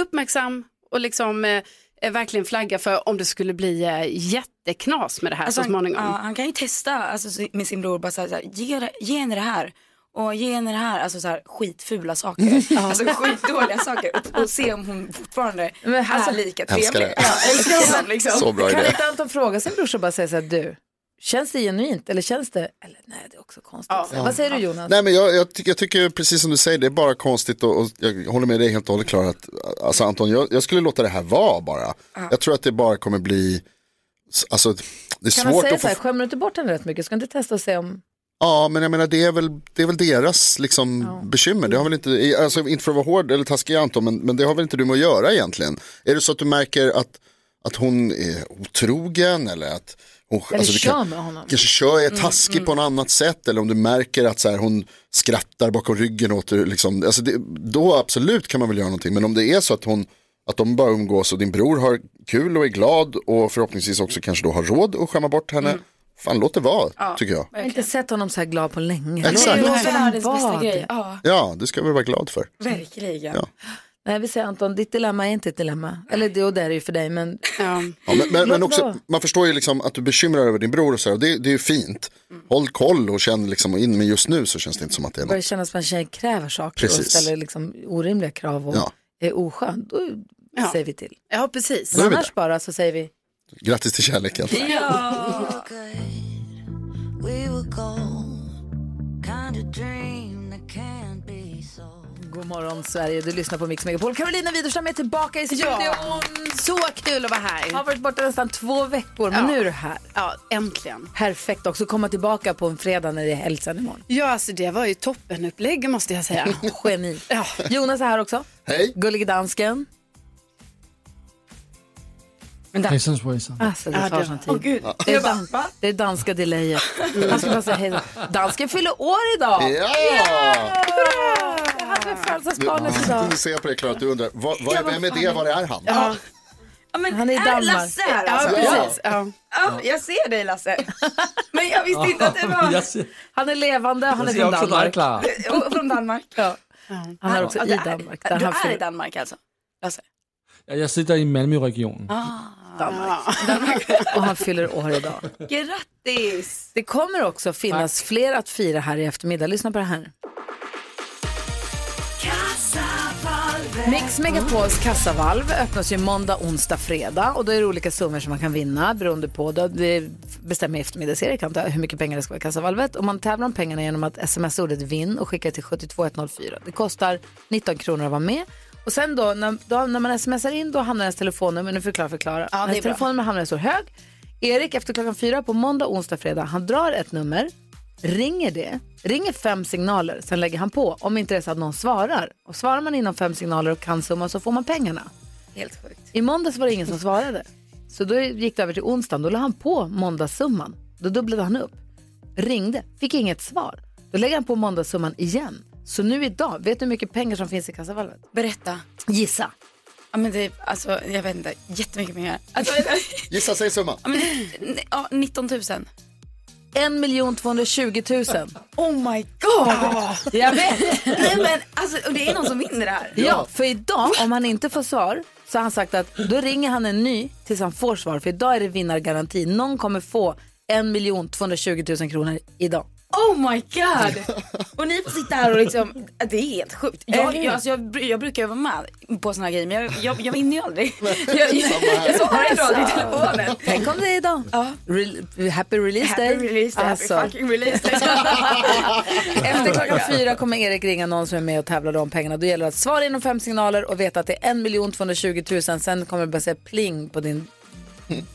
S6: uppmärksam och liksom eh, eh, verkligen flagga för om det skulle bli eh, jätteknas med det här
S13: Alltså,
S6: så
S13: han-
S6: småningom.
S13: Ja, han kan ju testa alltså, si- med sin bror, bara så här, så här, ge, det- ge henne det här. Och ge henne det här, alltså så här, skitfula saker. alltså skitdåliga saker. Och, och se om hon fortfarande
S1: Men här-
S13: är lika
S2: Älskar
S13: trevlig.
S2: det.
S13: Ja, älskar honom liksom.
S2: Så bra
S1: kan
S2: idé.
S1: inte Anton fråga sin brorsa och bara säga så här, du, känns det genuint eller känns det, eller nej det är också konstigt. Vad säger du Jonas?
S2: Nej, men jag, jag, tycker, jag tycker precis som du säger, det är bara konstigt och, och jag håller med dig helt och hållet Klara. att, Alltså Anton, jag, jag skulle låta det här vara bara. Jag tror att det bara kommer bli, alltså det är
S1: kan man
S2: svårt
S1: säga
S2: att få...
S1: så här, skämmer du inte bort henne rätt mycket? Ska inte testa och se om,
S2: Ja, men jag menar det är väl, det är väl deras liksom, bekymmer. Det har väl inte, alltså, inte för att vara hård eller taskig Anton, men, men det har väl inte du med att göra egentligen. Är det så att du märker att, att hon är otrogen eller att hon
S1: eller
S2: Alltså, det
S1: kör
S2: kan-
S1: med honom?
S2: kanske kör är taskig på något annat sätt eller om du märker att så här, hon skrattar bakom ryggen åt dig, liksom, alltså det, då absolut kan man väl göra någonting. Men om det är så att, hon, att de bara umgås och din bror har kul och är glad och förhoppningsvis också kanske då har råd att skämma bort henne, fan låt det vara tycker jag.
S1: Jag har inte sett honom så här glad på länge.
S2: Exakt.
S1: Låt
S2: Det är
S1: honom
S13: Världens
S1: vara
S13: bästa
S1: det.
S13: grej. Ja,
S2: Ja, det ska vi vara glad för.
S13: verkligen.
S2: Ja.
S1: Nej, vi säger Anton, ditt dilemma är inte ett dilemma. Eller det och det är det ju för dig, men...
S2: Ja, men, men,
S1: Låt
S2: men
S1: det
S2: också,
S1: vara.
S2: man förstår ju liksom att du bekymrar över din bror och så här, och det, det är ju fint. Håll koll och känn liksom och in, men just nu så känns det inte som att det är
S1: Det
S2: något.
S1: börjar kännas som att en tjej kräver saker och
S2: Precis.
S1: ställer liksom orimliga krav och
S2: Ja.
S1: är oskön. Då
S6: Ja.
S1: säger vi till.
S6: Ja, precis.
S1: Men
S2: Då är vi
S1: annars
S2: där.
S1: bara så säger vi...
S2: Grattis till kärleken.
S12: Yeah. We were gold, kind of dream that can't be sold.
S1: God morgon Sverige, du lyssnar på Mix Megapol. Carolina Widerström är tillbaka i studion.
S6: Ja. Så kul att vara här.
S1: Har varit borta nästan två veckor, men
S6: Ja.
S1: nu är du här.
S6: Ja, äntligen.
S1: Perfekt också, komma tillbaka på en fredag när det är hälsan imorgon.
S6: Ja, alltså det var ju toppenupplägg måste jag säga.
S1: Geni. Jonas är här också.
S2: Hej.
S1: Gullig dansken. Men där.
S3: Hejsan svejsan.
S1: Alltså det
S6: Ja,
S1: tar
S6: det-
S1: sån tid.
S6: Åh, gud.
S1: det, är dan- det är danska delayet. Han ska bara säga hej. Dansken fyller år idag.
S2: Ja!
S1: Jag hade födelsedagsbarnet idag.
S2: Du, du ser på det Klara att du undrar, vad, vad är, vem är det, var är han?
S6: Ja,
S1: Han är i
S13: Är
S1: Danmark.
S13: Lasse här
S6: ja
S13: alltså?
S6: precis. Ja.
S13: Ja, jag ser dig Lasse. Men jag visste inte att det var
S3: Jag ser,
S1: Han är levande, han är
S3: jag ser
S1: från
S3: också dig
S1: Danmark.
S3: Klara.
S13: Och från Danmark.
S1: Han är också
S13: Ah, Ja,
S1: i
S13: du
S1: Danmark.
S13: Du
S1: Där han
S13: är i
S1: fyller-
S13: Danmark alltså? Lasse?
S3: Ja, Jag sitter i Malmöregionen.
S1: Ah. Danmark. Och han fyller år idag.
S13: Grattis!
S1: Det kommer också finnas fler att fira här i eftermiddag. Lyssna på det här. Mix Megapols kassavalv öppnas ju måndag, onsdag, fredag och då är det olika summor som man kan vinna beroende på, då det bestämmer eftermiddags-Erik antar jag, hur mycket pengar det ska vara i kassavalvet och man tävlar om pengarna genom att smsa ordet vinn och skicka till 72104. Det kostar 19 kronor att vara med och sen då när, då, när man smsar in då hamnar ens telefonnummer, nu förklarar förklara,
S6: det är
S1: ens
S6: bra.
S1: telefonnummer hamnar i så hög. Erik efter klockan fyra på måndag, onsdag, fredag, han drar ett nummer, ringer det, ringer fem signaler, sen lägger han på om inte det är så att någon svarar. Och svarar man inom fem signaler och kan summan så får man pengarna.
S13: Helt sjukt.
S1: I måndags var det ingen som svarade. Så då gick det över till onsdagen. Då la han på måndagssumman. Då dubblade han upp. Ringde, fick inget svar. Då lägger han på måndagssumman igen. Så nu idag, vet du hur mycket pengar som finns i kassavalvet?
S13: Berätta.
S1: Gissa.
S13: Ja, men det, alltså, jag vet inte, jättemycket pengar. Alltså,
S2: Gissa, säg summan.
S13: ja, men, n- ja, 19 000.
S1: 1 220 000.
S13: Oh my god!
S1: Jag vet.
S13: Nej, men, alltså, och det är någon som vinner det här.
S1: Ja, för idag om han inte får svar så har han sagt att då ringer han en ny tills han får svar. För idag är det vinnargaranti. Någon kommer få 1 220 000 kronor idag.
S13: Oh my god! Och ni får sitta här och liksom, det är helt sjukt. Jag, jag, alltså, jag, br- jag brukar ju vara med på såna här grejer men jag, jag, jag vinner ju aldrig. Jag, jag, jag svarar ju aldrig i telefonen.
S1: Tänk om det är idag. Re- happy release day.
S13: Happy release day,
S1: Alltså.
S13: happy fucking release day.
S1: Efter klockan fyra kommer Erik ringa någon som är med och tävlar om pengarna. Då gäller det att svara inom fem signaler och veta att det är 1 220 000. Sen kommer det bara säga pling på din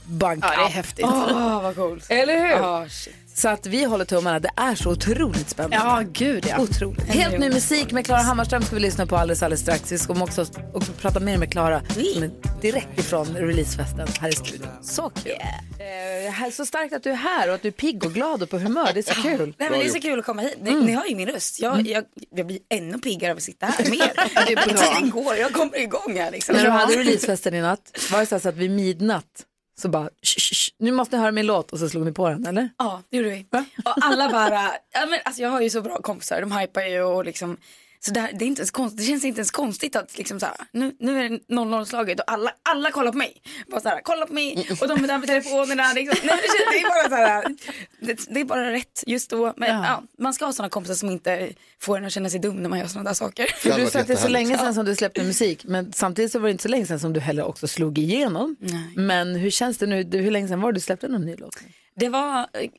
S1: bank.
S13: Ja, det är häftigt. Åh, vad coolt.
S1: Eller hur?
S13: Ja, shit.
S1: Så att vi håller tummarna. Det är så otroligt spännande.
S6: Ja, gud ja.
S1: Otroligt. Helt ny musik med Klara Hammarström ska vi lyssna på alldeles, alldeles strax. Vi ska också, också prata mer med Klara som är direkt ifrån releasefesten här i studion. Så kul. Eh, här- så starkt att du är här och att du är pigg och glad och på humör. Det är så kul.
S13: Nej, men det är så kul att komma hit. Ni,
S1: Mm.
S13: ni hör ju min röst. Jag, jag, jag blir ännu piggare av att sitta här med
S1: Ja, det är bra.
S13: er. Tiden går, jag kommer igång här liksom.
S1: När du
S13: Ja.
S1: hade releasefesten i natt, var det så, här så att vid midnatt så bara, "Shh, shh, shh, nu måste ni höra min låt och så slog ni på den, eller?
S13: Ja, det gjorde vi. Och alla bara, ja, men, alltså, jag har ju så bra kompisar, de hypar ju och liksom så det, här, det, är inte ens konst, det känns inte ens konstigt att liksom så här, nu, nu är det 00-slaget och alla, alla kollar på mig. Bara så här, kolla på mig och de är där med telefonerna. Liksom. Nej, men det, känns, det, är bara så här, det, det är bara rätt just då. Men ja. man ska ha sådana kompisar som inte får en att känna sig dum när man gör sådana där saker.
S1: För du sa att det är så länge sedan som du släppte musik, men samtidigt så var det inte så länge sedan som du heller också slog igenom. Men hur känns det nu? Du- Hur länge sedan var det du släppte någon ny låt?
S13: Det var, eh,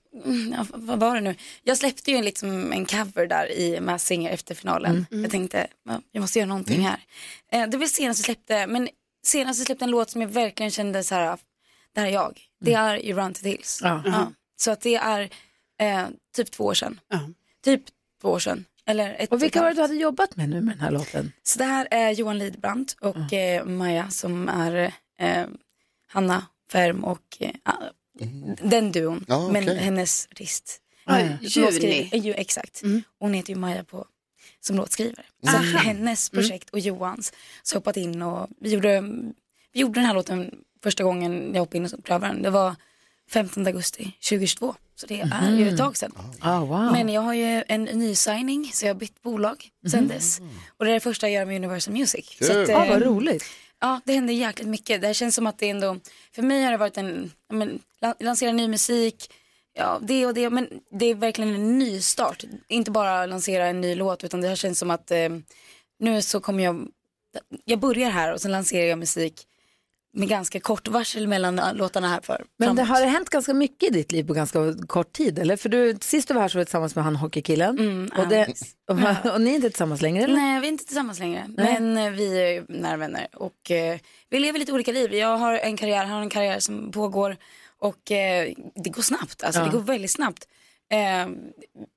S13: ja, vad var det nu? Jag släppte ju en, liksom, en cover där i Masked Singer efter finalen.
S6: Mm.
S13: Jag tänkte, ja, jag måste göra någonting
S6: Mm.
S13: här. Eh, Det var senast jag släppte, men senast jag släppte en låt som jag verkligen kände så här, det här är jag. Det är i Run to the Hills.
S1: Mm. Ja. Mm-hmm.
S13: Ja. Så att det är eh, typ två år sedan. Typ två år sedan. Eller ett
S1: Och vilka
S13: ett
S1: var det du hade jobbat med nu med den här låten?
S13: så det här är Johan Lidbrandt och eh, Maja som är eh, Hanna Färm och eh, den duon.
S1: Mm. Ja, okej.
S13: Men hennes artist.
S6: Ja,
S13: eh,
S6: Juni.
S13: låtskrivare- eh, ju, exakt. Hon heter ju Maja på, som låtskrivare. Så
S6: Mm. Aha.
S13: hennes projekt och Johans. Så jag hoppat in och vi gjorde, vi gjorde den här låten första gången jag hoppade in och prövade den. Det var 15 augusti 2022. Så det är ju
S1: Mhm.
S6: Mm.
S13: ett tag sedan.
S1: Ah, wow.
S13: Men jag har ju en ny signing så jag har bytt bolag sen
S1: Mhm.
S13: dess. Och det är det första jag gör med Universal Music.
S1: Kul.
S13: Så
S1: Ah,
S13: eh,
S1: vad roligt.
S13: Ja, det händer jäkligt mycket. Det här känns som att det ändå, för mig har det varit en, ja, men, lan- lansera ny musik, ja det och det, men det är verkligen en ny start. Inte bara lansera en ny låt utan det här känns som att eh, nu så kommer jag, jag börjar här och sen lanserar jag musik med ganska kort varsel mellan äh, låtarna här för
S1: Men det
S13: framåt.
S1: har hänt ganska mycket i ditt liv på ganska kort tid, eller? För du, sist du var här så var du tillsammans med han hockeykillen.
S13: Mm,
S1: och, det, och, ni är inte tillsammans längre, eller?
S13: Nej, vi är inte tillsammans längre.
S1: Nej.
S13: Men eh, vi är ju nära vänner och eh, vi lever lite olika liv. Jag har en karriär, han har en karriär som pågår och eh, det går snabbt. Alltså
S6: Ja.
S13: det går väldigt snabbt. Eh,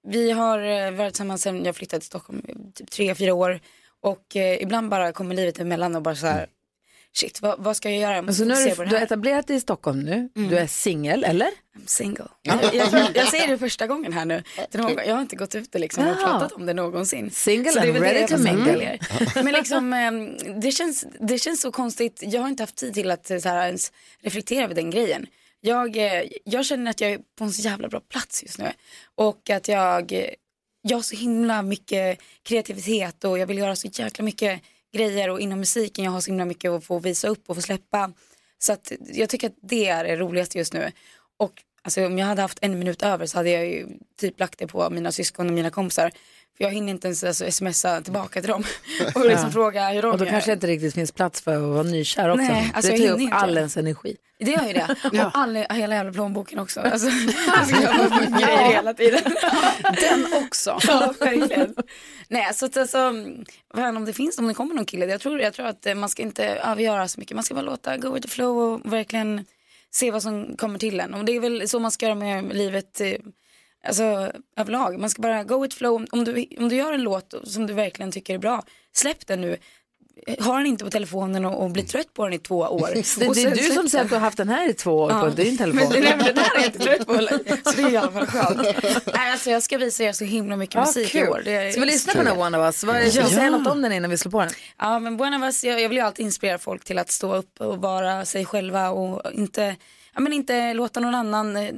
S13: vi har eh, varit tillsammans sedan jag flyttade till Stockholm, i typ tre, fyra år. Och eh, ibland bara kommer livet emellan och bara så här, shit, vad, vad ska jag göra? Jag
S1: Men så
S13: måste
S1: nu har
S13: fokusera på det
S1: du, du har
S13: här. Mm.
S1: etablerat dig i Stockholm nu. Du är singel, eller?
S13: I'm single. Jag, jag, tror- jag säger det första gången här nu. Till någon, jag har inte gått ut och liksom
S1: Ja.
S13: och pratat om det någonsin.
S1: Single
S13: Så det är
S1: and
S13: väl det
S1: ready
S13: jag
S1: to
S13: får säga
S1: mingle.
S13: till er. Men liksom, eh, det, känns, det känns så konstigt. Jag har inte haft tid till att eh, så här, ens reflektera över den grejen. Jag, eh, jag känner att jag är på en så jävla bra plats just nu. Och att jag, eh, jag har så himla mycket kreativitet och jag vill göra så jäkla mycket grejer och inom musiken jag har så himla mycket att få visa upp och få släppa. Så att jag tycker att det är det roligaste just nu. Och alltså, om jag hade haft en minut över så hade jag ju typ lagt det på mina syskon och mina kompisar. För jag hinner inte ens alltså, smsa tillbaka till dem och liksom
S1: Ja.
S13: fråga hur de
S1: Och då
S13: gör.
S1: kanske det inte riktigt finns plats för att vara nykär också.
S13: Nej, alltså jag
S1: det tar ju
S13: hinner
S1: upp
S13: inte.
S1: all ens energi.
S13: Det gör ju det.
S1: Ja.
S13: Och all, hela jävla plånboken också. Alltså, jag ska göra massa grejer hela tiden. Den också. Ja, verkligen. Nej, så att alltså, vad fan, om det finns, om det kommer någon kille, jag tror, jag tror att eh, man ska inte övergöra så mycket. Man ska bara låta go with the flow och verkligen se vad som kommer till en. Och det är väl så man ska göra med livet eh, alltså, överlag. Man ska bara go with flow. Om du, om du gör en låt som du verkligen tycker är bra, släpp den nu. Ha den inte på telefonen och, och bli trött på den i två år.
S1: Det,
S13: Och
S1: det
S13: sen
S1: är du
S13: släpp
S1: som säger
S13: den.
S1: att du har haft den här i två år på din telefon.
S13: Men, nej, men den här är jag inte trött på. Så det är i alla fall skönt. Nej, alltså, jag ska visa er så himla mycket
S1: Ja,
S13: musik i
S1: kul.
S13: år. Det är...
S1: Ska vi lyssna på den här One of Us? Vad är- ska vi säga något om den innan vi slår på den?
S13: Ja, men One of Us, jag, jag vill ju alltid inspirera folk till att stå upp och vara sig själva och inte, ja, men inte låta någon annan eh,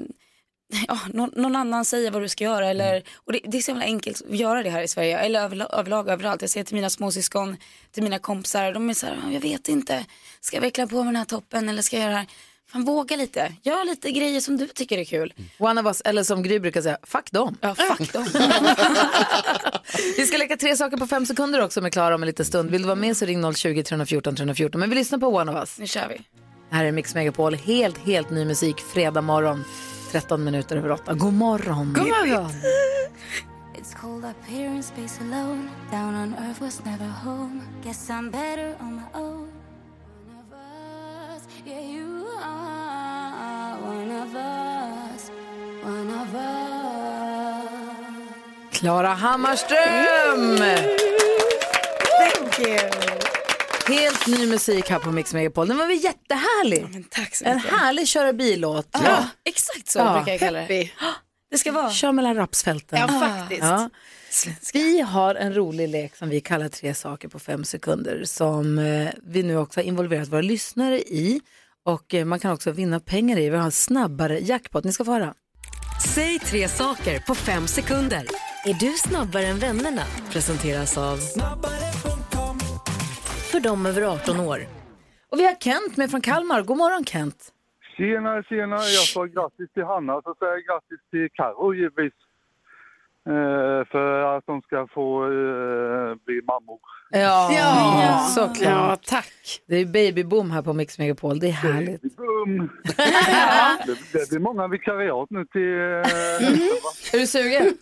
S13: Ja, någon, någon annan säga vad du ska göra. Eller, och det, det är så jävla enkelt att göra det här i Sverige. Eller överlag, överlag överallt. Jag säger till mina småsyskon, till mina kompisar. De är så här, "Ja, jag vet inte. Ska jag veckla på med den här toppen eller ska jag göra det här? Fan våga lite. Gör lite grejer som du tycker är kul.
S1: One of us, eller som Gry brukar säga, fuck dem.
S13: Ja, fuck dem.
S1: Vi ska leka tre saker på fem sekunder också med Klara om en liten stund. Vill du vara med så ring 020-314 314. Men vi lyssnar på One of Us.
S13: Nu kör vi.
S1: Här är Mix Megapol, helt, helt ny musik, fredag morgon, 13 minuter över 8. God morgon!
S12: God morgon. It's cold up here in space alone. Down on earth was never home. Guess I'm better on my own. One of us, yeah, you are one of us. One of us.
S1: Klara Hammarström!
S13: Thank you!
S1: Helt ny musik här på Mix Megapol. Den var väl jättehärlig?
S13: tack så
S1: en
S13: mycket.
S1: härlig köra bil-låt. Ja.
S13: Exakt så brukar jag kalla det.
S1: Peppig.
S13: Det ska vara.
S1: Kör mellan rapsfälten.
S13: Ja, faktiskt.
S1: Ja. Vi har en rolig lek som vi kallar tre saker på fem sekunder som eh, vi nu också har involverat våra lyssnare i. Och eh, man kan också vinna pengar i. Vi har en snabbare jackpot. Ni ska få höra.
S14: Säg tre saker på fem sekunder. Är du snabbare än vännerna? Presenteras av... För dem över 18 år.
S1: Och vi har Kent med från Kalmar. God morgon Kent.
S15: Tjena, tjena. Jag sa grattis till Hanna så säger jag grattis till Karo givetvis. Eh, för att de ska få eh, bli mammor.
S1: Ja,
S15: Ja.
S1: såklart. tack. Det är babyboom här på Mix Megapol. Det är härligt.
S15: Boom. det, det blir många vikariat nu till... Eh,
S1: Är du sugen?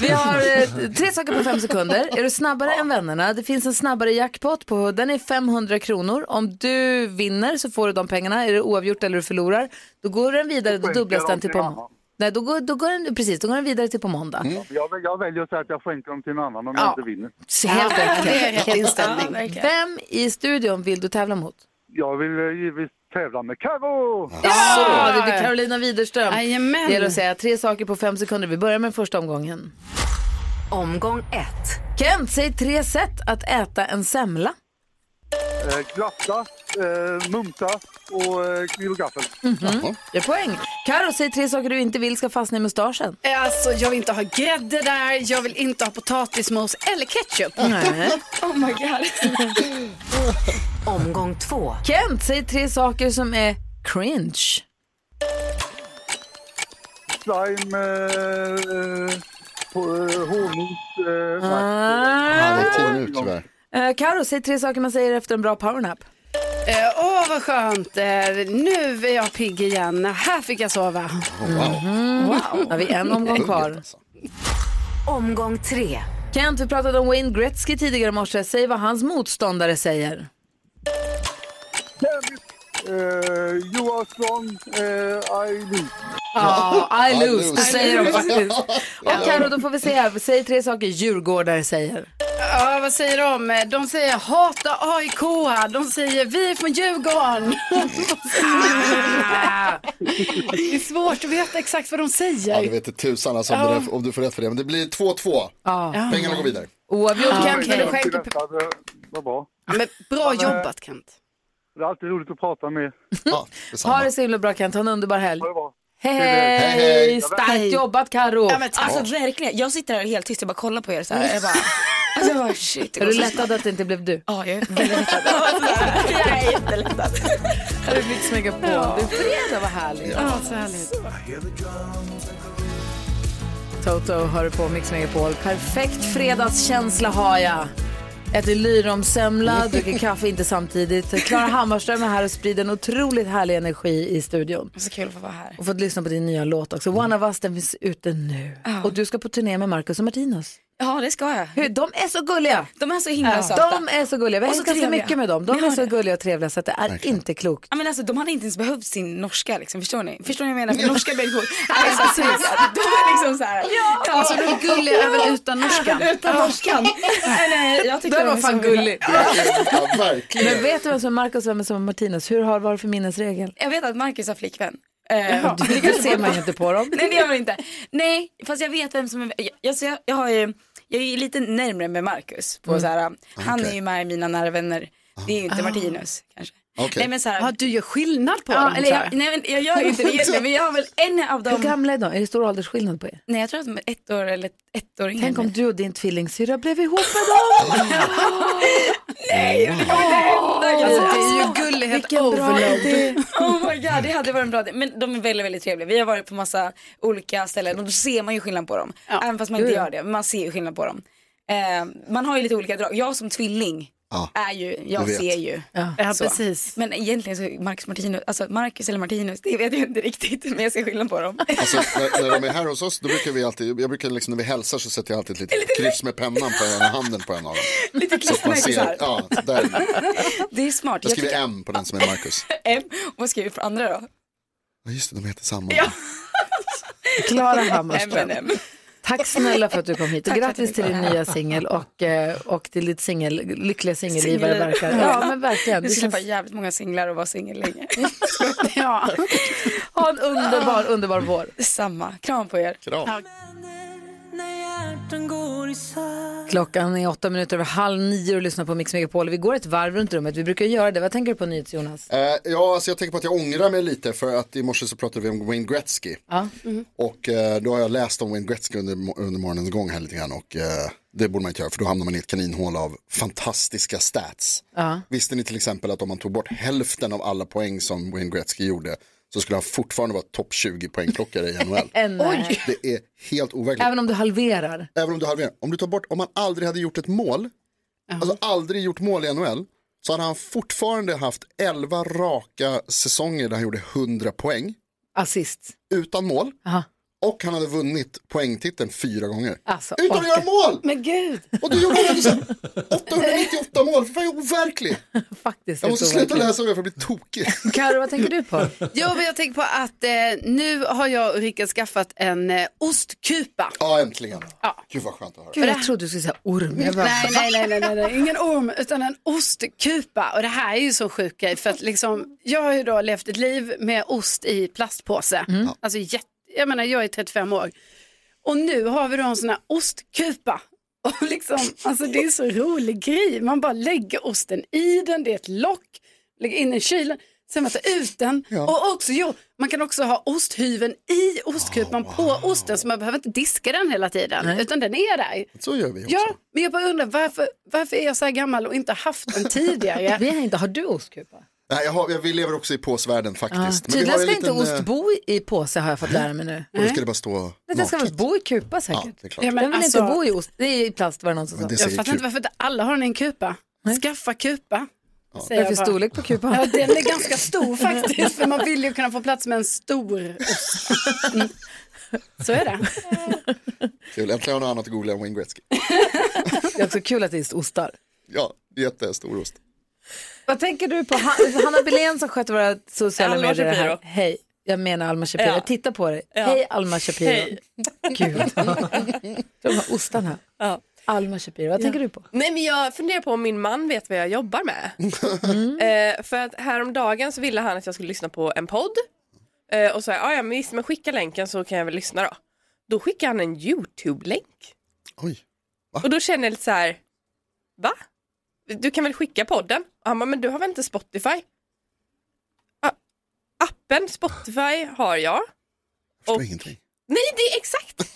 S1: Vi har eh, tre saker på fem sekunder. Är du snabbare än vännerna? Det finns en snabbare jackpot. På, den är 500 kronor. Om du vinner så får du de pengarna. Är det oavgjort eller du förlorar, då går den vidare. Då
S15: skänker
S1: dubblas
S15: dem
S1: den till
S15: till
S1: på...
S15: mamma.
S1: Nej, då går, då, går den, precis, då går den vidare till på måndag.
S15: jag, jag väljer att säga att jag skänker dem till en annan om
S1: Ja.
S15: jag inte vinner.
S1: Så Helt enkelt.
S13: verkligen.
S1: Vem i studion vill du tävla mot?
S15: Jag vill eh, givetvis tävla med Karo.
S1: Ah. Ja, det blir Carolina Widerström.
S15: Jajamän.
S1: Det gäller att säga tre saker på fem sekunder. Vi börjar med första omgången.
S14: Omgång ett.
S1: Kent, säg tre sätt att äta en semla.
S15: Eh, glassa, eh, mumsa och eh, kniv och gaffel.
S1: Mhm. Det är poäng. Karo, säg tre saker du inte vill ska fastna i mustaschen.
S6: Alltså, jag vill inte ha grädde där, jag vill inte ha potatismos eller ketchup.
S1: Nej.
S6: oh my god.
S14: Omgång två.
S1: Kent, säg tre saker som är cringe.
S15: Slime, eh, på- eh, honung. Eh,
S1: Ah.
S15: nej.
S1: Ja, det är
S2: Nu, tyvärr.
S1: Eh, Karo, säg tre saker man säger efter en bra powernap.
S6: Eh, Åh, vad skönt. Eh, nu är jag pigg igen. Här fick jag sova.
S1: Mhm. Då har vi en omgång kvar.
S2: alltså.
S14: Omgång tre.
S1: Kent, vi pratade om Wayne Gretzky tidigare i morse. Säg vad hans motståndare säger.
S15: Eh, you are strong, eh, I lose.
S1: Ja, I lose, det säger de faktiskt. Och Karo, då får vi se här. Säg tre saker djurgårdare säger.
S6: Ja, vad säger de? De säger hata AIK. De säger vi är från Djurgården.
S1: Ah.
S6: det är svårt att veta exakt vad de
S2: Ja, det
S6: säger.
S2: vete tusan alltså, om,
S6: Ja.
S2: det där, om du får rätt för det. Men det blir 2-2.
S6: Ja.
S2: Pengarna går vidare.
S1: Oavgjort
S6: Ja,
S1: Kent,
S6: okej.
S1: men du skänker...
S15: Vad bra.
S6: men bra
S15: Ja, men-
S6: jobbat, Kent.
S15: Det är alltid roligt att prata med er.
S1: Ha det så himla bra Kent, ha en underbar helg. Hej,
S13: Hej,
S1: hej,
S13: hej.
S1: Starkt jobbat Karo.
S13: Ja, men, alltså verkligen, jag sitter här helt tyst och bara kollar på er så här. Jag bara, Alltså jag bara shit. det
S1: Är
S13: går
S1: du
S13: så
S1: lättad att det inte blev du?
S13: Ja, jag är väldigt lättad. jag är jättelättad.
S1: Har du blivit smyga på?
S13: Ja.
S1: Du, fredag var härligt.
S13: Ja, så härligt.
S1: Toto hör du på Mix Megapol. Perfekt fredagskänsla har jag. Äter lyromsemla, dricker kaffe, inte samtidigt. Klara Hammarström är här och sprider en otroligt härlig energi i studion.
S13: Så kul att få vara här.
S1: Och fått lyssna på din nya låt också. One of us, den finns ute nu. Och du ska på turné med Marcus och Martinus.
S13: Ja, det ska jag.
S1: Hur, de är så gulliga.
S13: De är så himla
S1: Ja.
S13: söta.
S1: De är så gulliga. Vi har
S13: Och så
S1: hängt ganska
S13: trevliga.
S1: mycket med dem. De
S13: Vi
S1: är
S13: har
S1: så gulliga och trevliga så att det är inte klokt.
S13: Ja, men alltså, de hade inte ens behövt sin norska, liksom, förstår ni? Förstår ni vad jag menar? För norska människor är så söta. alltså, De är liksom så här.
S6: Ja. Alltså, de är gulliga även utan norskan.
S13: Utan norskan. Nej, nej, jag tycker
S1: Den
S13: de
S1: var
S13: är
S1: fan
S13: så himla-
S1: gullig.
S2: Ja,
S1: Men vet du vem som är Marcus och vem som är Martinus? Hur har varit för minnesregel?
S13: Jag vet att Marcus har flickvän. Eh,
S1: Jaha.
S13: det
S1: Det
S13: kanske
S1: ser
S13: var-
S1: man ju inte på dem.
S13: Nej det gör man inte. Nej fast jag vet vem som är, jag, jag, jag, jag, har ju, jag är ju lite närmare med Marcus. På
S1: Mm.
S13: så här, han är
S1: Okej. Ah.
S13: ju med i Mina nära vänner. Det är ju inte Martinus kanske. Nej, men så här,
S6: ja, du gör skillnad på
S13: ja,
S6: dem
S13: eller
S6: tror
S13: jag, nej, men jag gör ju inte det egentligen, men jag har väl en av dem.
S1: Hur gamla är de? Är det stor åldersskillnad på er?
S13: Nej jag tror att de är ett år eller ett år
S1: Tänk om du och din tvillingsyrra blev ihop med dem.
S13: Nej, det kommer inte hända.
S6: Alltså, det är ju gullighet
S13: Vilken
S6: overload.
S13: Oh my god, det hade varit en bra idé. Men de är väldigt, väldigt trevliga. Vi har varit på massa olika ställen och då ser man ju skillnad på dem. Även fast man inte
S6: Gud, ja.
S13: gör det, men man ser ju skillnad på dem. Eh, man har ju lite olika drag. Jag som tvilling
S2: Ja,
S13: är ju,
S2: jag
S13: jag
S2: vet.
S13: ser ju.
S1: Ja.
S6: Ja,
S13: Så.
S6: precis.
S13: Men egentligen så är Marcus Martinus, alltså Marcus eller Martinus, det vet jag inte riktigt, men jag ser skillnad på dem.
S2: Alltså, när, när de är här hos oss, då brukar vi alltid, jag brukar liksom när vi hälsar så sätter jag alltid ett litet kryss med pennan på ena handen på en av dem.
S13: Lite
S2: Så att man
S13: klistermärken så
S2: ser,
S13: här.
S2: ja, där,
S13: Det är smart.
S2: jag skriver
S13: tycker-
S2: M på den som är Marcus.
S13: M. Och vad skriver du för andra då?
S2: Ja, just det, de heter samma.
S1: Klara Hammarström.
S13: M&M.
S1: Tack snälla för att du kom hit och
S13: Tack för att
S1: grattis
S13: jag
S1: till
S13: fick
S1: din
S13: vara här.
S1: nya singel och, eh, och till ditt singel, lyckliga singellivare
S13: Singel.
S1: verkar. Ja men verkligen.
S13: Du
S1: Det
S13: skulle
S1: känns,
S13: vara jävligt många singlar och vara singel länge.
S6: ja.
S1: ha en underbar, underbar vår.
S13: Samma. Kram på er.
S2: Kram.
S1: Klockan är åtta minuter över halv nio och lyssnar på Mix Megapol. Vi går ett varv runt rummet, vi brukar göra det. Vad tänker du på nyhets Jonas?
S2: Eh, ja, alltså jag tänker på att jag ångrar mig lite för att i morse så pratade vi om Wayne Gretzky.
S1: Ja. mhm.
S2: Och eh, då har jag läst om Wayne Gretzky under, mo- under morgonens gång här lite grann och eh, det borde man inte göra för då hamnar man i ett kaninhål av fantastiska stats.
S1: Ja.
S2: Visste ni till exempel att om man tog bort hälften av alla poäng som Wayne Gretzky gjorde så skulle han fortfarande vara topp 20 poängplockare i NHL.
S1: Nej. Oj.
S2: Det är helt overkligt.
S1: eh, Även om du halverar.
S2: Även om du halverar. Om du tar bort, om han aldrig hade gjort ett mål, alltså aldrig gjort mål i NHL, så hade han fortfarande haft 11 raka säsonger där han gjorde 100 poäng
S1: Assist.
S2: utan mål.
S1: Aha.
S2: Och han hade vunnit poängtiteln fyra gånger.
S1: Alltså,
S2: Utan att
S1: orka.
S2: göra mål!
S1: Men gud.
S2: Och du gjorde han liksom 898 mål, för fan jag är overklig!
S1: Faktiskt.
S2: Jag måste
S1: helt
S2: sluta
S1: overkligt.
S2: läsa om det för att bli tokig.
S1: Karo, vad tänker du på?
S6: Jo, men jag tänker på att eh, nu har jag och Rickard skaffat en eh, ostkupa.
S2: Ja, äntligen. Gud vad skönt att höra.
S1: Gud, jag trodde du skulle säga orm. Jag bara,
S6: Nej, nej, nej, nej, nej, nej, ingen orm utan en ostkupa. Och det här är ju så sjuk grej för att liksom, jag har ju då levt ett liv med ost i plastpåse. Alltså jätte, jag menar jag är 35 år. Och nu har vi då en sån här ostkupa. Och liksom, alltså det är så rolig grej. Man bara lägger osten i den, det är ett lock, lägger in den i kylen. Sen man tar ut den och också, jo, man kan också ha osthyveln i ostkupan på osten så man behöver inte diska den hela tiden
S2: Nej.
S6: utan den är där.
S2: Så gör vi också.
S1: liksom.
S6: Ja, men jag bara undrar varför, varför är jag så här gammal och inte har haft en tidigare?
S1: Vi har inte, har du ostkupa?
S2: Nej, jag har, jag, vi lever också i påsvärlden faktiskt.
S1: Ja.
S2: Men vi har
S1: Tydligen
S2: en
S1: ska inte
S2: liten, eh,
S1: ost bo i- i påse har jag fått lära mig nu.
S2: Och då ska det bara stå
S1: Nej, den ska
S2: naket.
S1: väl bo i kupa säkert.
S2: Ja, det är klart. Ja,
S6: men
S1: den vill
S6: alltså-
S1: inte bo i ost. Det är i plast var det någon som
S2: Men
S1: sa.
S2: det
S6: Jag
S2: säger
S6: fattar
S2: kul.
S6: inte varför inte alla har den i en kupa. Skaffa kupa.
S1: Vad
S6: säger
S1: är det
S6: jag
S1: för
S6: bara.
S1: storlek på kupan?
S6: Ja, den är ganska stor faktiskt, för man vill ju kunna få plats med en stor ost. Mm. Så är det.
S2: Kul, äntligen har jag något annat att googla än Wayne Gretzky.
S1: Det är också kul att det är just ostar.
S2: Ja, jättestor ost.
S1: Vad tänker du på Han- Hanna Billén som sköter våra sociala
S13: Alma
S1: medier här?
S13: Shapiro.
S1: Hej, jag menar Alma Shapiro.
S13: Ja.
S1: Jag tittar på dig.
S13: Ja.
S1: Hej Alma Shapiro.
S13: Hej.
S1: Gud. De här ostarna.
S16: Ja.
S1: Alma Shapiro, vad tänker du på?
S16: Nej men jag funderar på om min man vet vad jag jobbar med. Eh, för att häromdagen så ville han att jag skulle lyssna på en podd. Eh, och så här, "Ah, ja men visst men skicka länken så kan jag väl lyssna då. Då skickar han en YouTube-länk.
S2: Oj.
S16: Och då känner jag lite så här, va? Du kan väl skicka podden? Och han bara, men du har väl inte Spotify? "Ah, appen Spotify har jag.
S2: Jag förstår ingenting.
S16: Nej, det är exakt.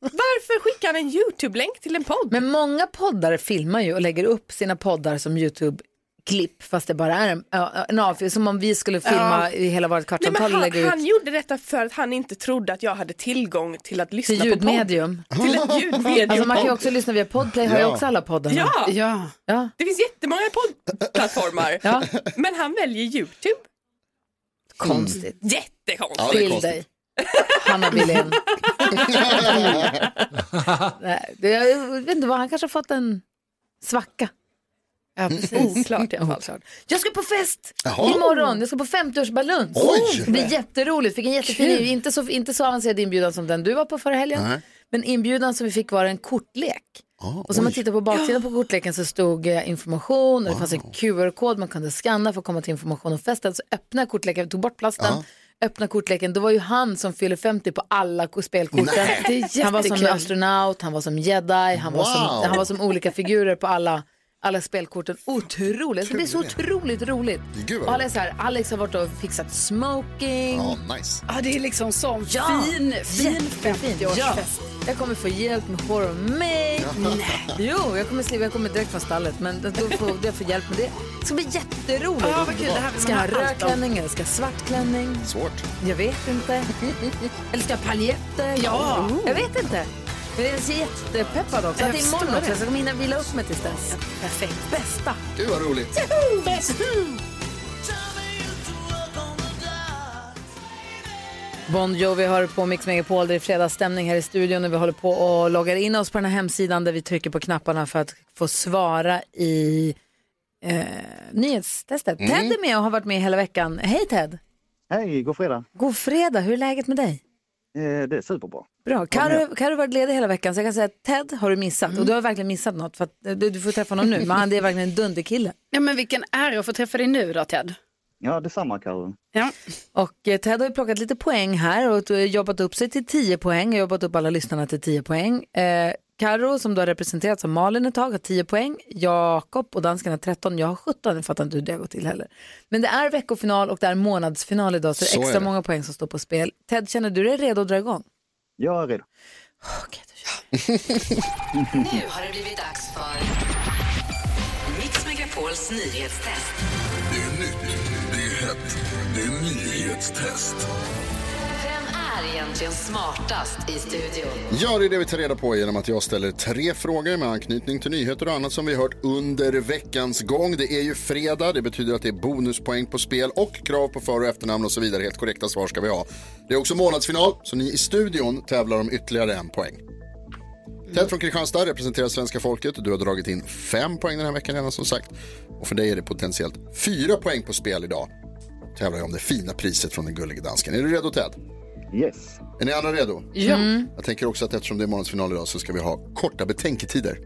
S16: Varför skickar han en YouTube-länk till en podd?
S1: Men många poddar filmar ju och lägger upp sina poddar som YouTube-klipp fast det bara är en, ja, en avfilm, som om vi skulle
S16: Ja.
S1: filma i hela vårt
S16: Nej, men
S1: kvartsamtal och
S16: han,
S1: lägga
S16: han
S1: ut.
S16: gjorde detta för att han inte trodde att jag hade tillgång till att lyssna
S1: Till
S16: på podd.
S1: ljudmedium.
S16: Till ett ljudmedium.
S1: Alltså man kan ju också lyssna via Podplay, har ju
S16: Ja.
S1: också alla poddarna.
S16: Ja.
S1: ja. ja.
S16: Det finns jättemånga poddplattformar. Men han väljer YouTube.
S1: Konstigt.
S16: Jättekonstigt.
S1: Skilj dig. Hanna Billén. Nej, det- jag vet inte vad, han kanske har fått en svacka. Ja, precis. Oklart i alla fall. Jag ska på fest
S6: Mm. Jaha.
S1: imorgon. Jag ska på 50-årsbaluns.
S6: Oj!
S1: Det blir jätteroligt. Fick en jättefin
S6: Kul.
S1: inte så, inte så avancerad inbjudan som den du var på förra helgen.
S6: Nej.
S1: Men inbjudan som vi fick var en kortlek.
S2: Ah,
S1: Och så man tittar på baksidan på kortleken så stod eh, information och det fanns en QR-kod man kunde scanna för att komma till information om festen. Så öppna kortleken, vi tog bort plasten, öppna kortleken. Då var ju han som fyller 50 på alla ko- spelkorten.
S6: Nej. Det är jättekul.
S1: Han var som astronaut, han var som jedi, han, var
S6: Wow.
S1: som, han var som olika figurer på alla, alla spelkorten. Otroligt, det är så otroligt roligt.
S2: Gud, vad
S1: Och Alex, här, Alex har varit och fixat smoking.
S2: Ja, nice.
S1: Ja, det är liksom sån
S6: fin, fin 50-årsfest.
S1: Ja. Jag kommer få hjälp med hår och make.
S6: Ja.
S1: Jo, jag kommer skriva, jag kommer direkt från stallet, men då får då jag får hjälp med det. Det ska bli jätteroligt.
S6: Ja, vad kul. Det här vill man
S1: ska jag ha
S6: höra
S1: röd
S6: allt om.
S1: klänning eller ska jag ha svart klänning?
S2: Svårt.
S1: Jag vet inte. eller ska jag ha paljetter? Oh.
S6: Ja.
S1: Jag vet inte. Men jag är så jättepeppad också.
S6: Jag
S1: Att det är
S6: förstår
S1: imorgon också.
S6: det.
S1: Jag ska hinna vila upp mig tills dess. Perfekt. Bästa.
S2: Gud vad roligt.
S1: Bon Jovi hör på Mix Megapol, det är fredagsstämning här i studion och vi håller på och loggar in oss på den här hemsidan där vi trycker på knapparna för att få svara i eh, nyhetstestet.
S17: Mm.
S1: Ted är med och har varit med hela veckan. Hej Ted!
S17: Hej, god fredag.
S1: God fredag, hur är läget med dig?
S17: Eh, det är superbra.
S1: Bra, Mm. Carro Carro har varit ledig hela veckan så jag kan säga att Ted har du missat och du har verkligen missat något för att eh, du, du får träffa honom nu men han det är verkligen en dunderkille.
S6: Ja, men vilken ära att få träffa dig nu då, Ted.
S17: Ja, detsamma Karin.
S1: Ja. Och eh, Ted har ju plockat lite poäng här och eh, jobbat upp sig till 10 poäng, jobbat upp alla lyssnarna till 10 poäng. Eh, Karo som du har representerat som Malin ett tag har 10 poäng, Jakob och danskarna 13, jag har 17, jag fattar inte hur det har gått till heller. Men det är veckofinal och det är månadsfinal idag så,
S17: Så
S1: det är
S17: är
S1: extra
S17: det.
S1: många poäng som står på spel. Ted, känner du dig redo att dra igång?
S17: Jag är redo.
S14: Nu har det blivit dags för Mix Megapols nyhetstest.
S18: Det är nytt, det är hett, det är nyhetstest.
S14: Vem är egentligen smartast i studion?
S2: Ja, det är det vi tar reda på genom att jag ställer tre frågor med anknytning till nyheter och annat som vi hört under veckans gång. Det är ju fredag, det betyder att det är bonuspoäng på spel och krav på för och efternamn och så vidare. Helt korrekta svar ska vi ha. Det är också månadsfinal, så ni i studion tävlar om ytterligare en poäng. Ted från Kristianstad representerar svenska folket. Du har dragit in fem poäng den här veckan redan som sagt. Och för dig är det potentiellt fyra poäng på spel idag. Tävlar ju om det fina priset från den gullige dansken. Är du redo Ted?
S17: Yes.
S2: Är ni andra redo?
S17: Ja. Mm.
S2: Jag tänker också att eftersom det är morgonsfinal idag så ska vi ha korta betänketider.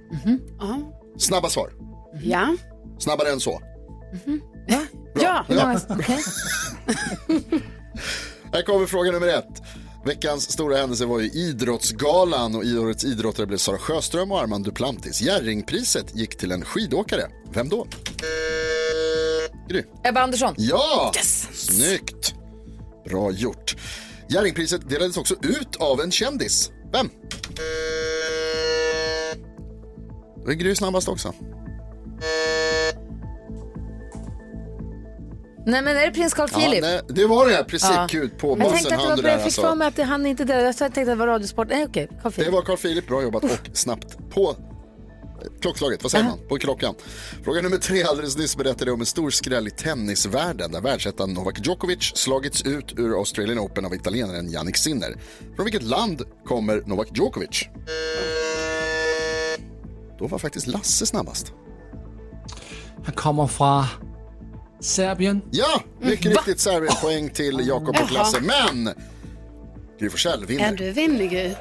S6: Ja.
S2: Snabba svar.
S6: Ja.
S2: Snabbare än så.
S6: Ja.
S2: Ja. Här kommer fråga nummer ett. Veckans stora händelse var ju Idrottsgalan och i årets idrottare blev Sara Sjöström och Armand Duplantis. Jerringpriset gick till en skidåkare. Vem då? Gry.
S1: Ebba Andersson.
S2: Ja! Snyggt! Bra gjort. Jerringpriset delades också ut av en kändis. Vem? Då är Gry snabbast också.
S1: Nej men är det prins Carl Philip?
S2: nej, det var det här, precis. Gud, på
S1: jag
S2: basen
S1: tänkte att det
S2: hann
S1: var
S2: du
S1: bra,
S2: där,
S1: jag fick
S2: alltså.
S1: för mig att det hann inte det. Jag tänkte att det var radiosport. Nej okej, Carl Philip.
S2: Det var Carl Philip, bra jobbat och snabbt på eh, klockslaget, vad säger man, på klockan. Fråga nummer tre, alldeles nyss berättade jag om en stor skräll i tennisvärlden där världsettan Novak Djokovic slagits ut ur Australian Open av italienaren Jannik Sinner. Från vilket land kommer Novak Djokovic? Då var faktiskt Lasse snabbast.
S3: Han kommer från Serbien.
S2: Ja,
S1: Mm.
S2: mycket riktigt Serbien, poäng till Jakob och
S6: Jaha.
S2: Lasse, men Gry Forssell vinner.
S6: Är du vinner, Gry?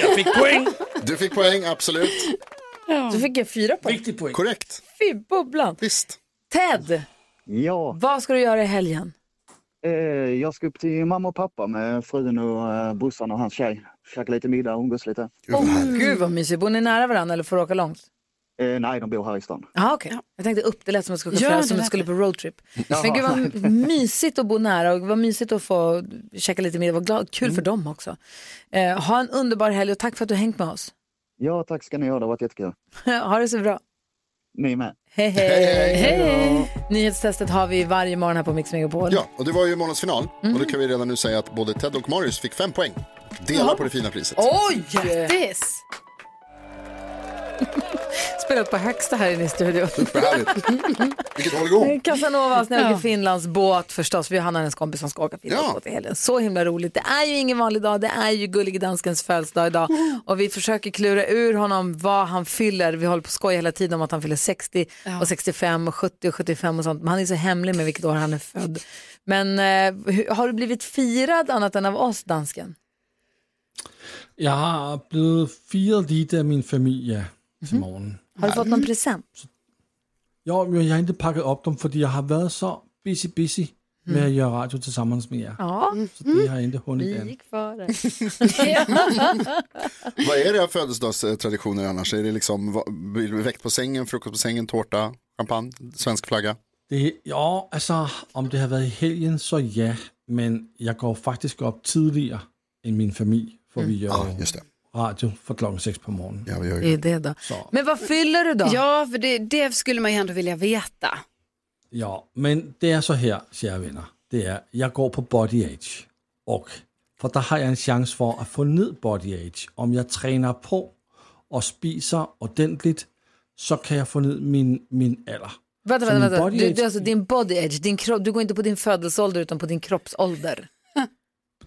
S2: Jag fick poäng. Du fick poäng, absolut.
S1: Så fick jag fyra poäng. Riktigt
S3: poäng.
S2: Korrekt.
S1: Fy bubblan.
S2: Visst.
S1: Ted,
S17: Ja,
S1: vad ska du göra i helgen?
S17: eh, jag ska upp till mamma och pappa med frun och eh, brorsan och hans tjej. Käka lite middag och umgås lite.
S1: Åh, Gud vad mysigt. Bor ni nära varandra eller får du åka långt?
S17: Eh, nej, de bor här i stan.
S1: Ja, okej. Jag tänkte upp, det lät som att jag skulle,
S17: Ja, det
S1: ja, som att jag
S17: lät
S1: skulle på roadtrip.
S17: Jaha.
S1: Men gud vad mysigt att bo nära och vad mysigt att få käka lite middag. Vad glad, kul
S2: Mm.
S1: för dem också. Eh, ha en underbar helg och tack för att du har hängt med oss.
S17: Ja, tack ska ni ha. Det har varit jättekul.
S1: ha det så bra.
S17: Ni med.
S1: Hej, hej.
S2: Hej, hej.
S1: Nyhetstestet har vi varje morgon här på Mix Megapol.
S2: Ja, och det var ju månadens final.
S1: Mm.
S2: Och då kan vi redan nu säga att både Ted och Marius fick fem poäng. Dela
S1: Ja.
S2: på det fina priset.
S1: Oj! Grattis! Spelat på högsta här inne i studion.
S2: Superhärligt. Vilket håll
S1: Casanovas när jag åker
S2: Ja.
S1: Finlands båt förstås. Vi har Hanna och hennes kompis som ska åka Finlands båt i helgen. Så himla roligt. Det är ju ingen vanlig dag. Det är ju gullig danskens födelsedag idag. Och vi försöker klura ur honom vad han fyller. Vi håller på att skoja hela tiden om att han fyller 60 och 65 och 70 och 75 och sånt. Men han är så hemlig med vilket år han är född. Men eh, hur, har du blivit firad annat än av oss dansken?
S3: Jeg har blevet firet lidt af min familie til morgen.
S1: Har du fått någon present?
S3: Jo, men jeg har ikke pakket op dem, fordi jeg har været så busy, busy med at gøre radio til sammen med jer.
S1: Ja.
S3: Så det har jeg ikke hundet an.
S2: Vad är era födelsedagstraditioner annars? Är det liksom va- blir du väckt på sängen, frukost på sängen, tårta, champagne, svensk flagga?
S3: Det, jo, altså, om det har været i helgen, så ja. Men jeg går faktisk op tidligere end min familie, for vi gør
S2: Ah,
S3: radio fra klokken 6 på morgenen.
S2: Ja, vi gør
S1: Det är det då. Men vad fyller du då?
S6: Ja, för det, det skulle man ju ändå vilja veta.
S3: Ja, men det er så her, kære venner. Det er, jeg går på Body Age. Og for der har jeg en chance for at få ned Body Age. Om jeg træner på og spiser ordentligt, så kan jeg få ned min, min alder. Så
S1: Vänta, vänta,
S3: min
S1: vänta.
S3: body
S1: Du,
S3: age-
S1: du, alltså, din body edge, din kropp, du går inte på din födelseålder utan på din kroppsålder.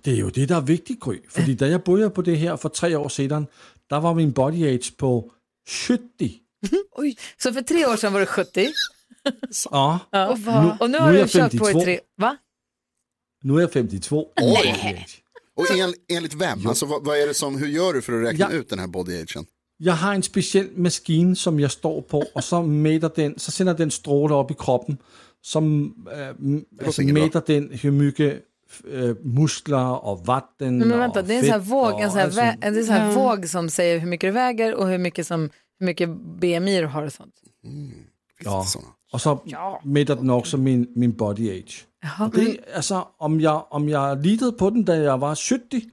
S3: Det er jo det, der er vigtigt, Gry. Fordi da jeg boede på det her for tre år siden, der var min body age på 70.
S1: Oj. Så för tre år sedan var du 70
S3: Ja.
S1: ja. och, och nu har
S3: är
S1: du
S3: jag
S1: kört på i
S3: 52.
S1: tre... Va?
S3: Nu är jag 52.
S2: Och en, enligt vem? Alltså, vad, vad är det som, hur gör du för att räkna ut den här body agen?
S3: Jeg har en speciel maskine, som jeg står på, og så mäter den, så sender den stråler op i kroppen, som øh, altså,
S2: ikke
S3: mäter den, hur mycket øh, muskler og vatten
S1: Men vänta,
S3: og
S1: det är en sån här
S3: fedt
S1: våg,
S3: og
S1: en sån här,
S3: alt
S1: vä-
S3: sådan.
S1: en, det är en sån här
S3: Ja.
S1: våg som säger hur mycket du väger och hur mycket, som, hur mycket BMI du har och sånt.
S3: Ja. Og så mäter den også min, min body age. Og det, altså, om jeg, om jeg lidede på den, da jeg var 70,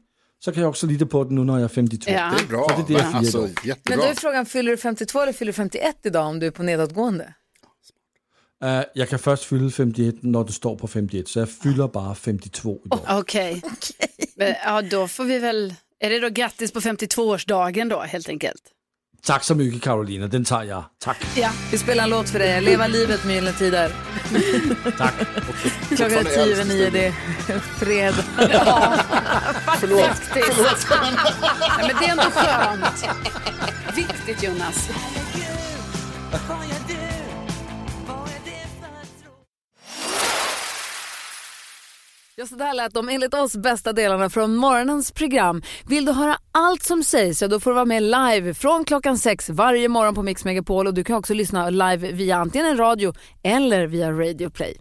S3: så kan jeg også lide på den nu, når jeg er 52.
S1: Ja. Det er bra.
S3: Så det er det, jeg
S1: Ja.
S3: siger
S2: Alltså,
S1: Altså,
S3: dig.
S1: Men då är frågan, fyller du 52 eller fyller du 51 idag om du är på nedåtgående?
S3: Øh, jeg kan først fylde 51, når det står på 51, så jeg fylder bare 52 i dag.
S6: Okej. Men, Ja, då får vi väl... Är det då grattis på 52-årsdagen då, helt enkelt?
S3: Tak så mycket, Karolina. Den tager jeg. Tak.
S1: Ja. Vi spelar en låt för dig, Leva livet med Gyllene Tider.
S3: Tak.
S1: Klockan är tio över nio, det är fredag. Ja,
S6: Förlåt. Faktiskt. Nej, men det är ändå skönt. Viktigt, Jonas.
S1: Ja, så där lät de enligt oss bästa delarna från morgonens program. Vill du höra allt som sägs, ja, då får du vara med live från klockan sex varje morgon på Mix Megapol. Och du kan också lyssna live via antingen en radio eller via Radio Play.